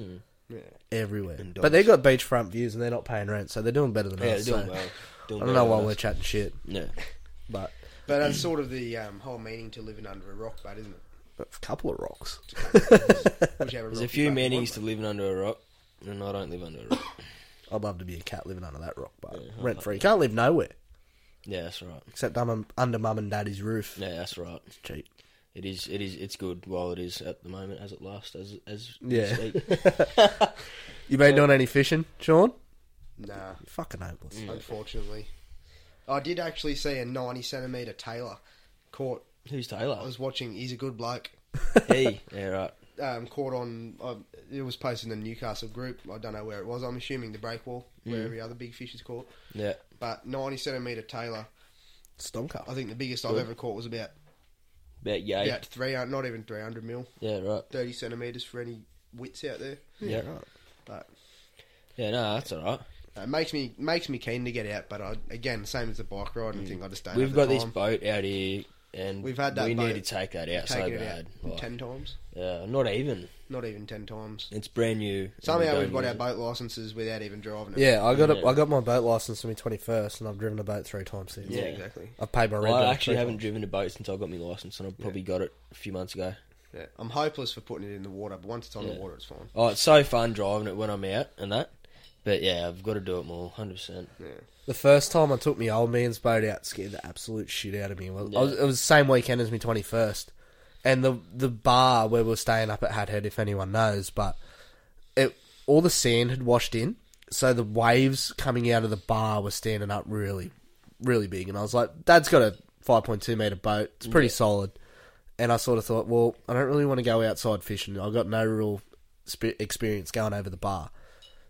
yeah. everywhere. Mm. And But they got beachfront views and they're not paying rent, so they're doing better than Yeah, us. they're doing so well. Doing I don't know better why than we're us. chatting shit, No. but But that's sort of the um, whole meaning to living under a rock, but isn't it? a couple of rocks. Whichever There's a rock you few fucking meanings want, to living under a rock, and I don't live under a rock. I'd love to be a cat living under that rock, but rent free. Can't live nowhere Yeah, that's right. except I'm under mum and daddy's roof. Yeah, that's right. It's cheap. It is. It is. It's good while it is at the moment, as it lasts, as as we Yeah. speak. You been doing any fishing, Sean? mate. Nah, You're fucking hopeless. Mm. unfortunately, I did actually see a ninety centimeter Taylor caught. Who's I Taylor? was watching. He's a good bloke. he. Yeah, right. Um, caught on. Uh, it was posted in the Newcastle group. I don't know where it was. I'm assuming the breakwall where every other big fish is caught. Yeah. But ninety centimeter Taylor. Stonker. I think the biggest I've ever caught was about About yay. Yeah. about three hundred, not even three hundred mil, right. thirty centimeters for any wits out there. Yeah. But Yeah, no, that's all right. It makes me makes me keen to get out, but I, again, same as the bike ride and thing, I just don't. Mm. We've have got the this time. boat out here, and We've had that We boat. need to take that out so taken it bad. out Like, ten times, yeah, not even. not even ten times. It's brand new. and we Somehow don't we've got use our it. boat licenses without even driving it. Yeah, I got a, Yeah. I got my boat license on my twenty first, and I've driven a boat three times since. yeah, Yeah. exactly. I've paid my Well, rent. I on it actually three haven't times. driven a boat since I got my license, and I probably got it a few months ago. Yeah. I'm hopeless for putting it in the water, but once it's on the water, it's fine. Oh, it's so fun driving it when I'm out and that. But yeah, I've got to do it more, hundred percent. The first time I took my old man's boat out, scared the absolute shit out of me. Well, Yeah. I was, it was the same weekend as my twenty first, and the the bar where we were staying up at had Head, if anyone knows, but it all the sand had washed in, so the waves coming out of the bar were standing up really, really big, and I was like, "Dad's got a five point two meter boat. It's pretty solid." And I sort of thought, well, I don't really want to go outside fishing. I've got no real spe- experience going over the bar.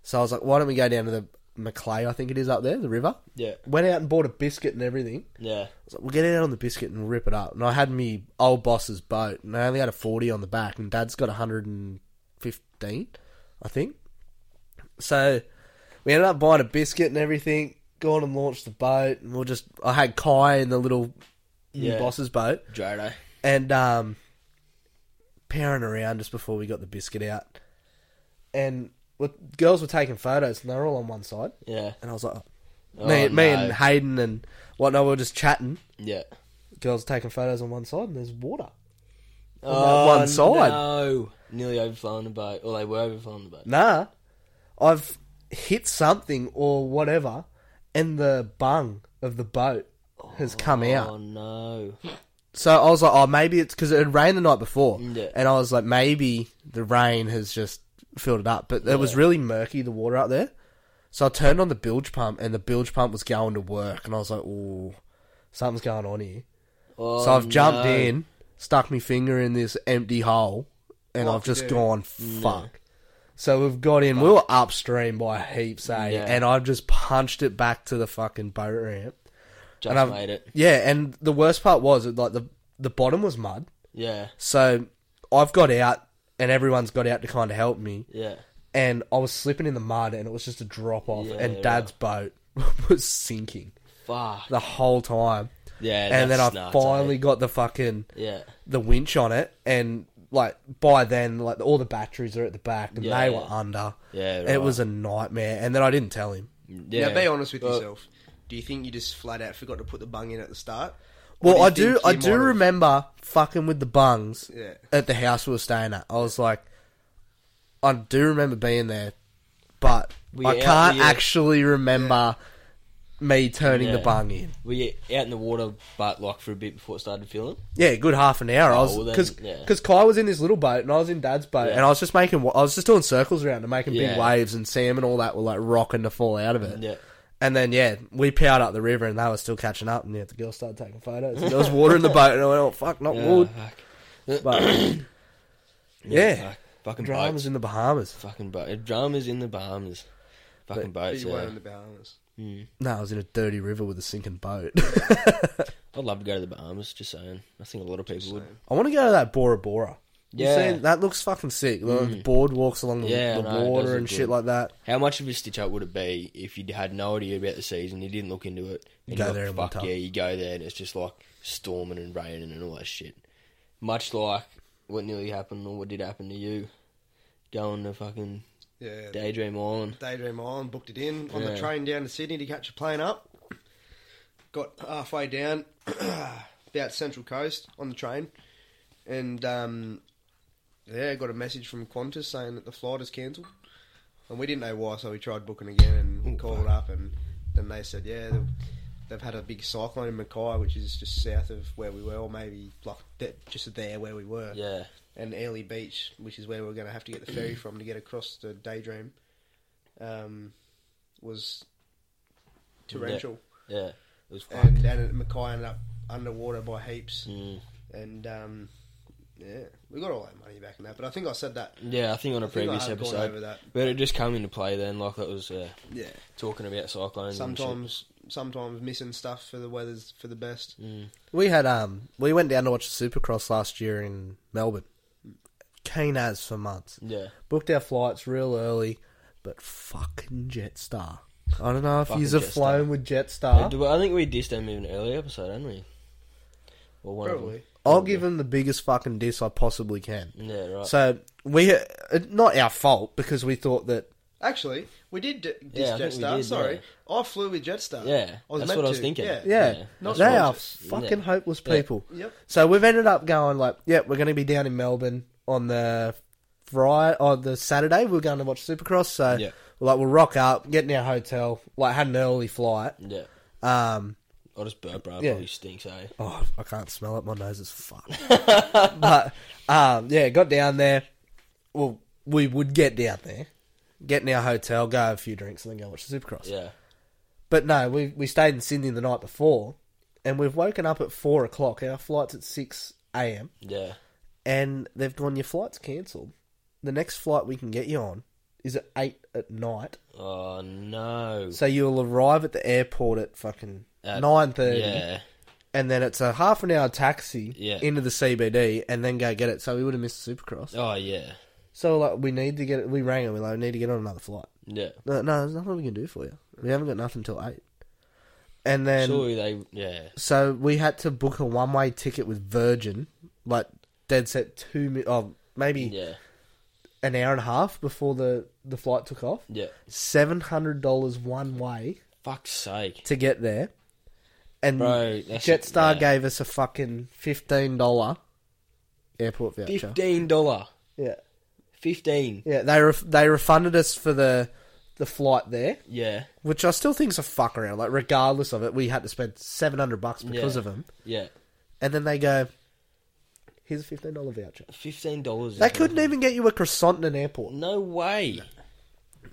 So I was like, why don't we go down to the Maclay, I think it is up there, the river? Yeah. Went out and bought a biscuit and everything. Yeah. I was like, we'll get out on the biscuit and rip it up. And I had me old boss's boat, and I only had a 40 on the back, and dad's got 115, I think. So we ended up buying a biscuit and everything, gone and launched the boat, and we'll just, I had Kai in the little new Yeah. boss's boat Drado. and um, powering around just before we got the biscuit out. And the girls were taking photos, and they were all on one side. Yeah. And I was like, Oh, me, me no. and Hayden and whatnot were just chatting. Yeah. Girls were taking photos on one side, and there's water. Oh, one side. No. Nearly overflowing the boat. Or they were overflowing the boat. Nah, I've hit something or whatever, and the bung of the boat has come out. Oh no. So I was like, oh, maybe it's because it had rained the night before, Yeah. and I was like, maybe the rain has just filled it up. But it was really murky, the water out there. So I turned on the bilge pump, and the bilge pump was going to work, and I was like, oh, something's going on here. Oh, so I've jumped no. in, stuck my finger in this empty hole, and What I've just do? gone fuck. So we've got in. We were upstream by heaps, eh? Yeah. And I've just punched it back to the fucking boat ramp. Just and I've- made it. Yeah, and the worst part was it, like the the bottom was mud. Yeah. So I've got out, and everyone's got out to kind of help me. Yeah. And I was slipping in the mud, and it was just a drop off. Yeah, and right. Dad's boat was sinking Fuck. the whole time. Yeah. and then I that's nuts, eh? finally got the fucking Yeah. the winch on it, and like by then, like all the batteries are at the back, and Yeah, they were yeah. under. Yeah. Right. It was a nightmare, and then I didn't tell him. Yeah. Now, be honest with Well, yourself. Do you think you just flat out forgot to put the bung in at the start? Or Well, I you do, think I you do might have- remember fucking with the bungs Yeah. at the house we were staying at. I was like, I do remember being there, but We I out can't the- actually remember me turning the Yeah. bung in. Were you out in the water, but like for a bit before it started feeling? Yeah, good half an hour. I Oh, was well then, because yeah. because Kai was in his little boat and I was in Dad's boat, Yeah. and I was just making wa- I was just doing circles around and making big Yeah. waves, and Sam and all that were like rocking to fall out of it. Yeah. And then yeah, we powered up the river, and they were still catching up, and yeah, the girls started taking photos. And "Oh, there was water in the boat, and I went, "Oh fuck, not Yeah, wood." fuck. But yeah, fuck. Fucking Dramas boats. in the Bahamas. Fucking boat. Dramas in the Bahamas. Fucking But boats. you weren't Yeah. in the Bahamas. Mm. No, I was in a dirty river with a sinking boat. I'd love to go to the Bahamas. Just saying. I think a lot of people would. saying. I want to go to that Bora Bora. You Yeah. Mm. seen- that looks fucking sick. The, the board walks along the, Yeah, the no, it does water look and good. shit like that. How much of a stitch up would it be if you had no idea about the season, you didn't look into it, You and go you're there like, in one fuck tub." yeah, you go there and it's just like storming and raining and all that shit. Much like what nearly happened or what did happen to you, going to fucking Yeah. Daydream Island. Daydream Island, booked it in on Yeah. the train down to Sydney to catch a plane up. Got halfway down, about Central Coast on the train, and um, yeah, got a message from Qantas saying that the flight is cancelled, and we didn't know why, so we tried booking again and Ooh, called fuck. up, and then they said, yeah, they've, they've had a big cyclone in Mackay, which is just south of where we were, or maybe like de- just there where we were Yeah, and Early Beach, which is where we're going to have to get the ferry from to get across to Daydream, um, was torrential, yeah, it was fucked. and and Mackay ended up underwater by heaps, Mm. and um, yeah, we got all that money back in that. But I think I said that Yeah, I think on a I think I previous have gone episode, over that. but it just came into play then, like that was uh, Yeah, talking about cyclones. and sometimes sometimes missing stuff for the weather's for the best. shit. Mm. We had um we went down to watch the Supercross last year in Melbourne. Keen as for months. yeah, Booked our flights real early, but fucking Jetstar. I don't know if Fucking yous have Jetstar. flown with Uh, Jetstar. do- I think we dissed them in an earlier episode, didn't we? Or one of them. Probably I'll give them the biggest fucking diss I possibly can. Yeah, right. So we, uh, not our fault because we thought that actually we did d- diss Yeah, I think we Jetstar. did, Sorry, yeah. I flew with Jetstar. Yeah, I was that's meant what I was to, thinking. yeah. Yeah, Yeah, not not they are conscious. fucking Yeah. hopeless Yeah. people. Yep. So we've ended up going like, yeah, we're going to be down in Melbourne on the Friday or the Saturday. We're going to watch Supercross, so Yeah. we're like we'll rock up, get in our hotel. Like had an early flight. yeah. Um, I just burp, bro. It Yeah. Probably stinks, eh? oh, I can't smell it. My nose is fucked. but um, yeah, got down there. Well, we would get down there, get in our hotel, go have a few drinks, and then go watch the Supercross. Yeah. But no, we we stayed in Sydney the night before, and we've woken up at four o'clock. Our flight's at six a.m. Yeah. and they've gone. Your flight's cancelled. The next flight we can get you on is at eight at night, Oh no. so you'll arrive at the airport at fucking At- nine thirty, Yeah. and then it's a half an hour taxi Yeah. into the CBD, and then go get it. So we would have missed Supercross. Oh yeah. So like, we need to get it. We rang and we're like, we need to get on another flight. Yeah. No, no, there's nothing we can do for you. We haven't got nothing till eight, and then. Surely they. Yeah. So we had to book a one way ticket with Virgin, like dead set two, mi- oh, maybe Yeah. an hour and a half before the, the flight took off. Yeah. Seven hundred dollars one way Fuck's sake. to get there, and Bro, that's- Jetstar yeah. gave us a fucking fifteen dollar airport voucher. Fifteen dollar. Yeah, Fifteen. yeah. They ref- they refunded us for the the flight there, Yeah. which I still think's a fuck around. Like regardless of it, we had to spend seven hundred bucks because Yeah. of them. Yeah. And then they go, here's a fifteen dollar voucher. Fifteen dollars. They couldn't even get you a croissant in an airport. No way.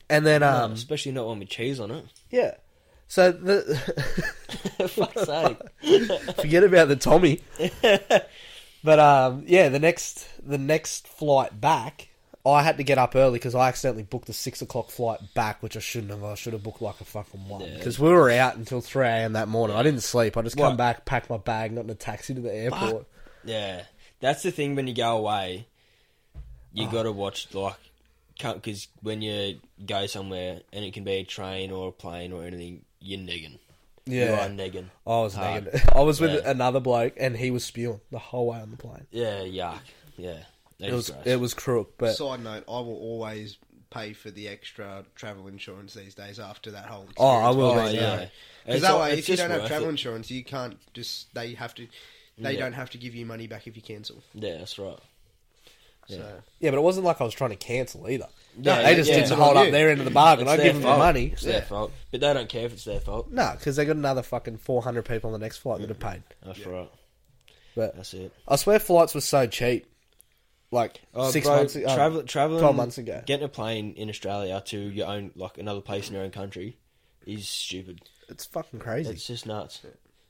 And then, No, um, especially not one with cheese on it. yeah. So the Fuck's sake. forget about the Tommy. but um, yeah, the next the next flight back, I had to get up early because I accidentally booked the six o'clock flight back, which I shouldn't have. I should have booked like a fucking one Yeah. because we were out until three a.m. that morning. I didn't sleep. I just come What? back, packed my bag, got in a taxi to the airport. Yeah, that's the thing. When you go away, Oh. you got to watch like because when you go somewhere and it can be a train or a plane or anything, you're negging. you Yeah. are negging. I was Hard. negative. I was with Yeah. another bloke, and he was spewing the whole way on the plane. Yeah, yuck. Yeah, that It was is gross. it was crook, but Side note: I will always pay for the extra travel insurance these days after that whole. Experience. Oh, I will Oh be, yeah, Because It's that all- way, it's if you just don't have worth travel it. insurance, you can't just they have to. They don't have to give you money back if you cancel. yeah, that's right. So Yeah, but it wasn't like I was trying to cancel either. No, they just yeah, did it's to on hold up you. their end of the bargain. It's I their give them the fault. money. It's Yeah. their fault, but they don't care if it's their fault. No, because they got another fucking 400 people on the next flight that have paid. That's right. But That's it. I swear flights were so cheap. Like Oh, six bro, months ago. travel, traveling, 12 months ago. getting a plane in Australia to your own, like another place in your own country, is stupid. It's fucking crazy. It's It's, just nuts.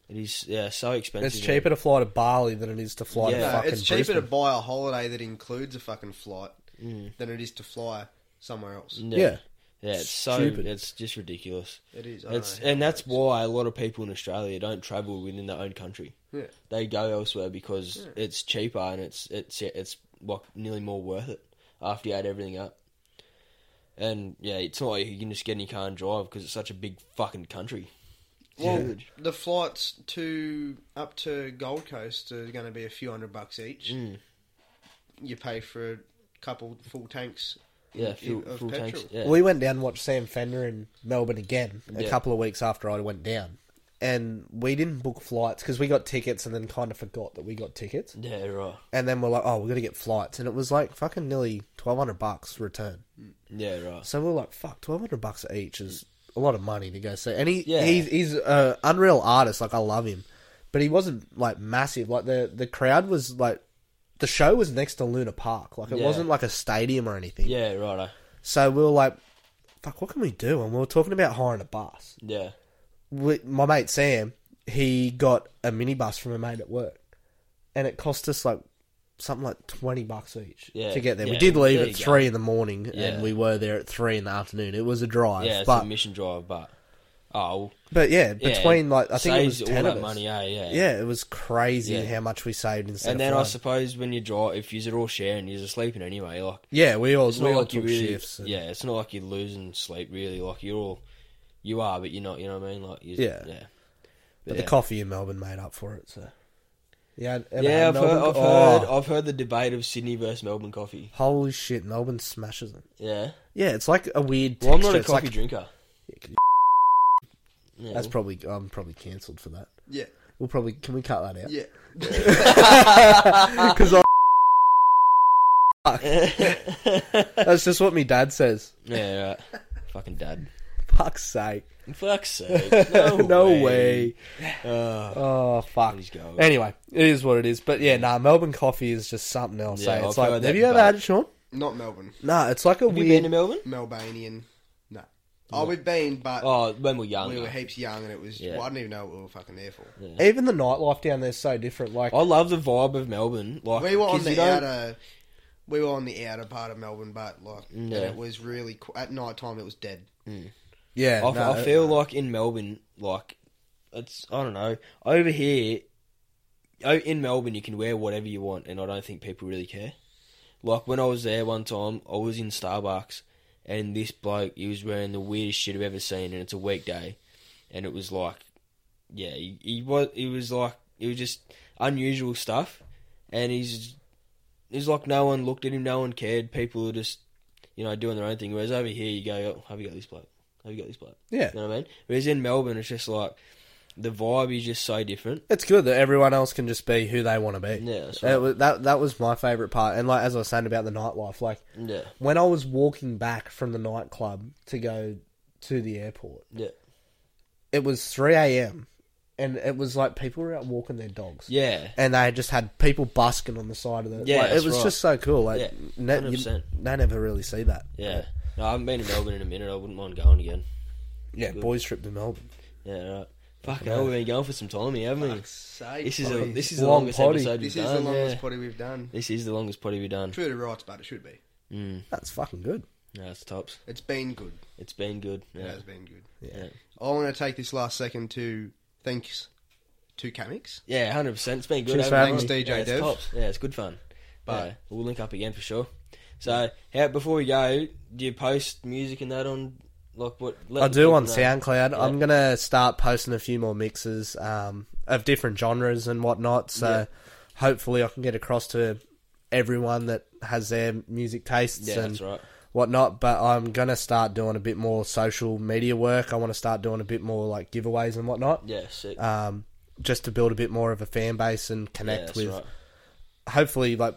It is yeah, so expensive. cheaper to fly to Bali than it is to fly Yeah. to no, fucking it's cheaper Brisbane. to buy a holiday that includes a fucking flight. Mm. than it is to fly somewhere else. Yeah. Yeah. Yeah, it's so Stupid. it's just ridiculous. It is. I don't It's know how and it that's works. why a lot of people in Australia don't travel within their own country. Yeah. They go elsewhere because it's cheaper and it's it's it's like nearly more worth it after you add everything up. And yeah, it's not like you can just get in your car and drive because it's such a big fucking country. Well, Yeah. the flights to up to Gold Coast are going to be a few hundred bucks each. Mm. You pay for a couple full tanks. Yeah, in- full, of full tanks. petrol. Yeah, We went down and watched Sam Fender in Melbourne again a Yeah. couple of weeks after I went down. And we didn't book flights because we got tickets and then kind of forgot that we got tickets. yeah, right. And then we're like, oh, we're going to get flights. And it was like fucking nearly 1200 bucks return. Yeah, right. So we are like, fuck, 1200 bucks each is a lot of money to go see. And he, Yeah. he's, he's an unreal artist. Like, I love him. But he wasn't like massive. Like, the, the crowd was like, the show was next to Luna Park. Like, it Yeah. wasn't like a stadium or anything. Yeah, right. So we were like, fuck, what can we do? And we were talking about hiring a bus. Yeah, We, my mate Sam, he got a minibus from a mate at work. And it cost us like something like 20 bucks each Yeah, to get there. we yeah, did leave there at you 3 in the morning Yeah. and we were there at 3 in the afternoon. It was a drive. yeah. It's but, a mission drive, but oh, but yeah, yeah, between like, I think it was saves 10 all of that us. money. eh? yeah, Yeah, it was crazy Yeah. how much we saved instead And of then I flying. suppose when you drive, if you're all sharing, you're sleeping anyway. Like Yeah, we all, it's we not all like you took really, shifts. and- yeah. It's not like you're losing sleep really. Like you're all, you are, but you're not. You know what I mean? Like you Yeah. yeah, But yeah. the coffee in Melbourne made up for it, so. Yeah, ever yeah. I've had heard, Melbourne I've co- heard, Oh. I've heard the debate of Sydney versus Melbourne coffee. Holy shit, Melbourne smashes them. Yeah. Yeah, it's like a weird. Well, I'm texture. not a It's coffee like- drinker. Yeah, That's well, probably I'm probably cancelled for that. Yeah, We'll probably can we cut that out? yeah. Because that's just what my dad says. yeah. Right. Fucking dad. Fuck's sake! Fuck's sake. No, No way. way. Oh, Oh fuck! please go. Anyway, it is what it is. But yeah, nah, Melbourne coffee is just something else. Yeah, eh? I've It's like, heard have that you ever debate. had it, Sean? Not Melbourne, Nah, it's like a Have you been weird. to Melbourne? Melbanian. No. Oh, we've been, but Oh, when we're young. we were heaps young, and it was. Yeah. Well, I didn't even know what we were fucking there for. Even the nightlife down there is so different. Like, I love the vibe of Melbourne. Like We were on 'cause the you don't- outer. We were on the outer part of Melbourne, but like, and Yeah. it was really qu- at night time. It was dead. yeah, I, nah, I feel like in Melbourne, like it's I don't know. Over here, o- in Melbourne, you can wear whatever you want, and I don't think people really care. Like when I was there one time, I was in Starbucks, and this bloke he was wearing the weirdest shit I've ever seen, and it's a weekday, and it was like, yeah, he, he was he was like it was just unusual stuff, and he's he's like no one looked at him, no one cared. People were just you know doing their own thing. Whereas over here, you go, oh, have you got this bloke? Have you got this bloke? yeah. You know what I mean? Whereas in Melbourne, it's just like the vibe is just so different. It's good that everyone else can just be who they want to be. Yeah, that's That right. wa- that that was my favorite part. And like as I was saying about the nightlife, like Yeah, when I was walking back from the nightclub to go to the airport, yeah, it was 3 a.m. and it was like people were out walking their dogs. yeah, And they just had people busking on the side of the. Yeah, like, it that's was right. just so cool. Like, Yeah, ne- you- 100%. they never really see that. yeah. No, I haven't been to Melbourne in a minute. I wouldn't mind going again. yeah. Boys trip to Melbourne. Yeah, right. Fucking hell, we've been going for some time here, haven't we? Fuck's sake, This is a, buddy. this is the Long longest potty. episode we've This is done. the longest yeah. potty we've done. This is the longest potty we've done. True to rights, but it should be. Mm. That's fucking good. No, it's tops. It's been good. It's been good. It Yeah. has been good. Yeah. I want to take this last second to thanks to Kamix. Yeah, hundred percent. It's been good. Cheers for having having you. me. Thanks, yeah, DJ it's Dev. tops. Yeah, it's good fun. But But- yeah, we'll link up again for sure. So, how, before we go, do you post music and that on like what? let I the do people on know. SoundCloud. I'm gonna start posting a few more mixes um, of different genres and whatnot. So Yeah. hopefully, I can get across to everyone that has their music tastes Yeah, and that's right. whatnot. But I'm gonna start doing a bit more social media work. I want to start doing a bit more like giveaways and whatnot, Yeah, sick. um, just to build a bit more of a fan base and yeah, connect that's with right. hopefully like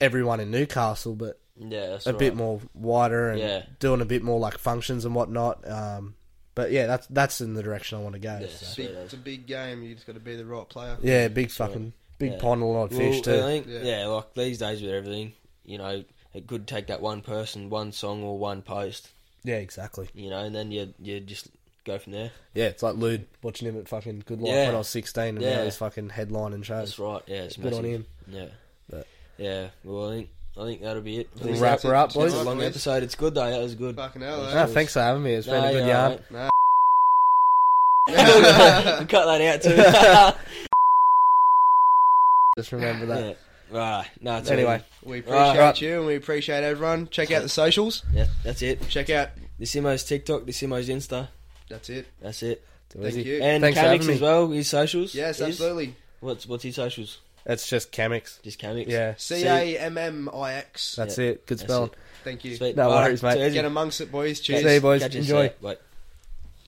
everyone in Newcastle, but Yeah, that's a right. bit more wider and Yeah. doing a bit more like functions and whatnot. Um, but yeah, that's that's in the direction I want to go. Yeah, It's, so. big, it's a big game. You just got to be the right player. yeah big right. fucking big Yeah. pond, a lot of fish Well, I too. think, yeah. Yeah. like these days with everything, you know, it could take that one person, one song, or one post, Yeah, exactly. you know, and then you you just go from there. Yeah, it's like Lude watching him at fucking Good Life Yeah. when I was sixteen, and Yeah. now he's fucking headline and shows. That's right. Yeah, it's Good on massive. him. Yeah, But- yeah. Well, I think I think that'll be it. I We'll think wrap that's her it. up, It's boys. been a long episode. It's good though. That was good. Fucking hell. Ah, thanks for having me. It's been a good yarn. eh? Cut that out too. Just remember that. yeah. Right. No. It's Anyway. we appreciate Alright, right. you and we appreciate everyone. Check out the socials. all- Yeah. That's it. Check out. The Simo's TikTok. The Simo's Insta. That's it. That's it. Too Thank easy. you. And Thanks for Kamix having as me. well. His socials. Yes, His? absolutely. What's What's his socials? It's just Camix. Just Kamix. Yeah. C A M M I X. That's Yeah. it. Good That's spelling. Thank you. Sweet. No Alright, worries, mate. too easy. Get amongst it, boys. Cheers. See you, boys. Catch you Enjoy. soon. Bye.